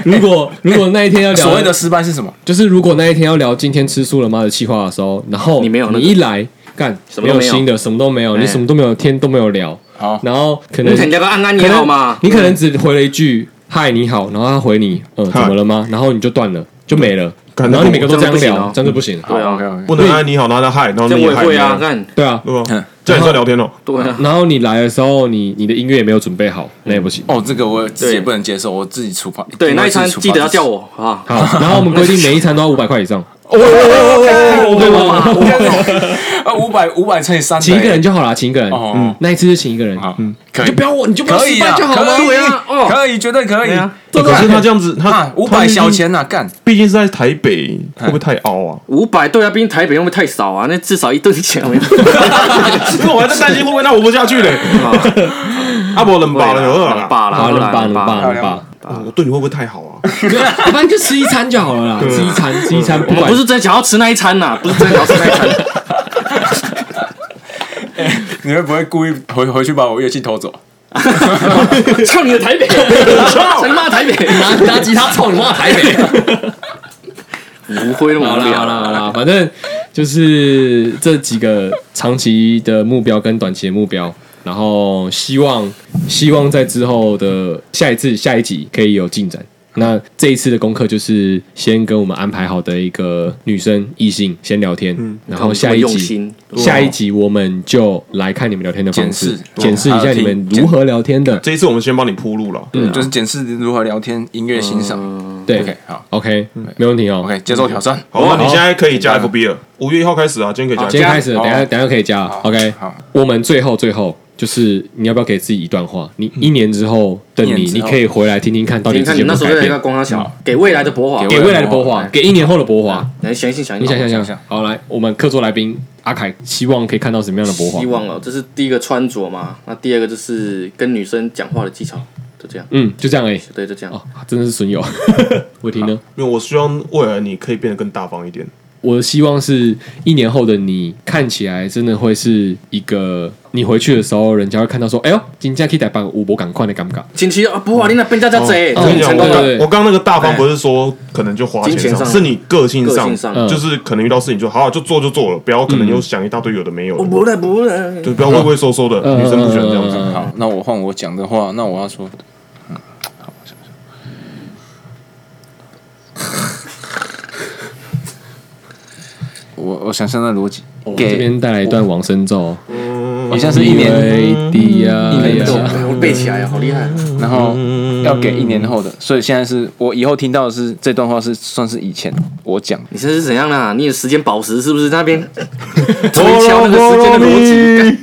Speaker 2: 如果如果那一天要聊
Speaker 4: 所谓的失败是什么？
Speaker 2: 就是如果那一天要聊今天吃素了吗的计划的时候，然后
Speaker 5: 你没有那个
Speaker 2: 你一来干
Speaker 5: 什么
Speaker 2: 没
Speaker 5: 都没有
Speaker 2: 有新的，什么都没有，
Speaker 5: 哎
Speaker 2: 你什么都没有，天都没有聊，
Speaker 4: 好，
Speaker 2: 然后可能
Speaker 5: 你肯定要安安
Speaker 2: 可
Speaker 5: 也
Speaker 2: 能
Speaker 5: 好嘛。嗯
Speaker 2: 你可能只回了一句“嗨，你好”，然后他回你“呃，怎
Speaker 3: 嗨
Speaker 2: 么了吗？”然后你就断了，就没了。
Speaker 3: 干
Speaker 2: 然后你每个都这样
Speaker 5: 这样不行
Speaker 2: 聊
Speaker 5: 哦，
Speaker 2: 这样就不行。
Speaker 5: 对啊
Speaker 4: ，OK OK，
Speaker 3: 不能按你好，然后他嗨，然后
Speaker 5: 这
Speaker 3: 你
Speaker 5: 我也
Speaker 3: 嗨
Speaker 5: 会啊，
Speaker 3: 你好
Speaker 5: 看
Speaker 2: 对啊，
Speaker 3: 对
Speaker 4: 嗯
Speaker 3: 吧？这样也算聊天哦。
Speaker 5: 对啊，
Speaker 2: 然后你来的时候，你你的音乐也没有准备好，
Speaker 5: 嗯
Speaker 2: 那也不行。
Speaker 4: 哦，这个我自己
Speaker 5: 对
Speaker 4: 也不能接受，我自己处罚。定
Speaker 5: 对
Speaker 4: 会
Speaker 5: 那一餐
Speaker 4: 自己处罚
Speaker 5: 记得要
Speaker 4: 自己
Speaker 5: 叫。我啊。
Speaker 2: 好，然后我们规定每一餐都要五百块以 上，
Speaker 5: 对吗？
Speaker 4: 哦啊，五百五百乘以三，
Speaker 2: 请一个人就好啦，请一个人。
Speaker 4: 哦
Speaker 2: 嗯，那一次就请一个人，
Speaker 4: 好，嗯，可
Speaker 2: 你
Speaker 4: 以
Speaker 2: 就不，要我，你就不要
Speaker 4: 可以
Speaker 2: 失败
Speaker 4: 啊，
Speaker 2: 就好了。
Speaker 4: 可以
Speaker 5: 对啊哦
Speaker 4: 可以，绝对可以
Speaker 5: 对啊。
Speaker 3: 欸可是他这样子，他
Speaker 4: 啊，五百小，钱呐，干，
Speaker 3: 他毕竟是在台北，会
Speaker 5: 哎
Speaker 3: 不会太凹啊？
Speaker 5: 五百对啊，毕竟台北会不会太少啊？那至少一顿钱没有。
Speaker 3: 那我还在担心会不会让我活不下去嘞。 阿伯冷巴了，有二
Speaker 5: 冷
Speaker 3: 啦。
Speaker 5: 霸啦，
Speaker 2: 好，
Speaker 5: 冷
Speaker 2: 啊冷吧，冷吧，
Speaker 4: 好
Speaker 2: 冷吧。
Speaker 3: 我对你会不会太好啊？
Speaker 2: 要不然就吃一餐就好了啦，吃一餐，吃一餐，不
Speaker 5: 我们
Speaker 2: 管
Speaker 5: 不是真想要吃那一餐呐，不是真想要吃那 一餐。
Speaker 4: 你会不会故意回回去把我乐器偷走？
Speaker 5: 操你的台北！操你妈的台北！
Speaker 2: 拿拿吉他操你妈台北。
Speaker 5: 不会那么
Speaker 2: 好
Speaker 5: 无
Speaker 2: 啦
Speaker 5: 聊
Speaker 2: 好啦好啦，反正就是这几个长期的目标跟短期的目标，然后希望希望在之后的下一次下一集可以有进展。那这一次的功课就是先跟我们安排好的一个女生异性先聊天，然后下一
Speaker 5: 这么用
Speaker 2: 集
Speaker 5: 心
Speaker 2: 下一集我们就来看你们聊天的方式，检
Speaker 4: 检
Speaker 2: 视
Speaker 4: 视
Speaker 2: 一
Speaker 4: 还
Speaker 2: 下
Speaker 4: 有
Speaker 2: 你
Speaker 4: 听
Speaker 2: 们如何聊天的。
Speaker 3: 这一次我们先帮你铺路了。
Speaker 2: 嗯
Speaker 4: 就是检视如何聊天、音乐欣赏。
Speaker 2: 对
Speaker 4: OK，好
Speaker 2: ，OK，没问题哦。
Speaker 4: OK，接受挑战。
Speaker 3: 好，那你
Speaker 2: 好
Speaker 3: 现在可以加 FB 了。五月一号开始啊，今天可以
Speaker 2: 今
Speaker 3: 加
Speaker 2: 天
Speaker 3: 加。
Speaker 2: 开始，
Speaker 4: 好
Speaker 2: 等一下等一下可以加啊
Speaker 4: 好
Speaker 2: OK
Speaker 4: 好。
Speaker 2: 我们最后最后就是你要不要给自己一段话？你一年之后等
Speaker 4: 一
Speaker 2: 你，
Speaker 4: 年之
Speaker 2: 你
Speaker 4: 后
Speaker 2: 可以回来听听看到
Speaker 5: 你
Speaker 2: 底自
Speaker 5: 看
Speaker 2: 己有
Speaker 5: 你
Speaker 2: 没
Speaker 5: 那
Speaker 2: 有
Speaker 5: 时候
Speaker 2: 改
Speaker 5: 在
Speaker 2: 变嗯
Speaker 5: 那。光他想给未来的博华
Speaker 4: 给，
Speaker 2: 给未来的博华
Speaker 4: 哎，
Speaker 2: 给一年后的博华，
Speaker 5: 来想一想，想
Speaker 2: 你
Speaker 5: 一
Speaker 2: 想想想
Speaker 4: 想
Speaker 2: 想，好来，我们客座来宾阿凯希望可以看到什么样的博华
Speaker 5: 希？望哦，这是第一个穿着嘛，
Speaker 2: 嗯
Speaker 5: 那第二个就是跟女生讲话的技巧，就这样，
Speaker 2: 嗯，就这样而已。
Speaker 5: 对，就这样
Speaker 2: 哦。，真的是损友。 伟霆呢？
Speaker 3: 因为我希望未来你可以变得更大方一点。
Speaker 2: 我的希望是一年后的你看起来真的会是一个，你回去的时候，人家会看到说，哎呦，今天可以打扮五博赶快的尴尬。
Speaker 5: 近期啊，博华你那边家家贼，
Speaker 3: 哦我跟你讲，
Speaker 5: 成功
Speaker 3: 我
Speaker 5: 了，
Speaker 2: 哦对
Speaker 3: 刚我刚刚那个大方不是说可能就花
Speaker 5: 金
Speaker 3: 钱
Speaker 5: 钱
Speaker 3: 上，
Speaker 5: 上
Speaker 3: 是你个性
Speaker 5: 个
Speaker 3: 上
Speaker 5: 性，上，
Speaker 2: 嗯
Speaker 3: 就是可能遇到事情就好啊好就做就做了，不要可能又想一大堆有的没有
Speaker 5: 我
Speaker 3: 的，
Speaker 5: 哦不了不
Speaker 2: 哎
Speaker 5: 了，
Speaker 3: 就不要畏畏缩缩的。
Speaker 2: 嗯
Speaker 3: 女生不喜欢这样子。
Speaker 2: 嗯
Speaker 4: 好，那我换我讲的话，那我要说，嗯，好， 我想想，我我想象的逻辑，
Speaker 2: 哦这边嗯带来一段往生咒。
Speaker 4: 好像是一年，
Speaker 2: 为的
Speaker 3: 嗯
Speaker 2: 呀，
Speaker 4: 一年
Speaker 2: 呀
Speaker 4: 后
Speaker 5: 我背起来，好厉害，啊
Speaker 4: 然后要给一年后的，所以现在是我以后听到的是这段话是算是以前我讲的，
Speaker 5: 你这是怎样啦？你的时间宝石是不是那边 推敲那个时间的逻辑？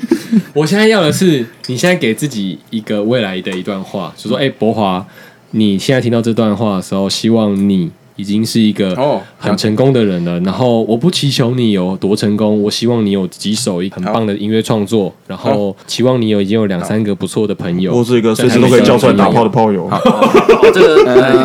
Speaker 2: 我现在要的是，你现在给自己一个未来的一段话，就说：“哎、博华，你现在听到这段话的时候，希望你已经是一个
Speaker 4: 哦
Speaker 2: 很成功的人了。然后我不祈求你有多成功，我希望你有几首很棒的音乐创作，然后期望你有已经有两三个不错的朋友。
Speaker 3: 我是一个随时都可以叫出来打炮的炮友。
Speaker 5: 哦这 个
Speaker 2: 哎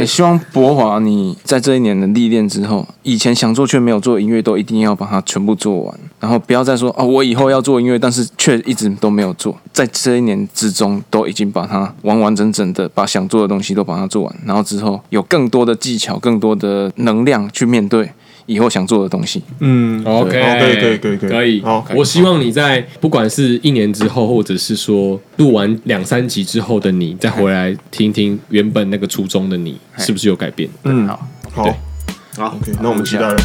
Speaker 4: 呃，希望博华你在这一年的历练之后，以前想做却没有做的音乐，都一定要把它全部做完，然后不要再说哦，我以后要做音乐，但是却一直都没有做。在这一年之中，都已经把它完完整整的把想做的东西都把它做完，然后之后有更多的技巧、更多的能量去面对以后想做的东西。
Speaker 3: 嗯
Speaker 2: OK，
Speaker 3: 好可以可以可以可以
Speaker 2: 哦可以。
Speaker 3: 好
Speaker 2: 我希望你在不管是一年之后，或者是说录完两三集之后的你，再回来听听原本那个初衷的你，是不是有改变？
Speaker 3: 嗯，
Speaker 4: 好
Speaker 3: 好
Speaker 2: 对
Speaker 5: 好，
Speaker 3: ，OK，那我们期待了。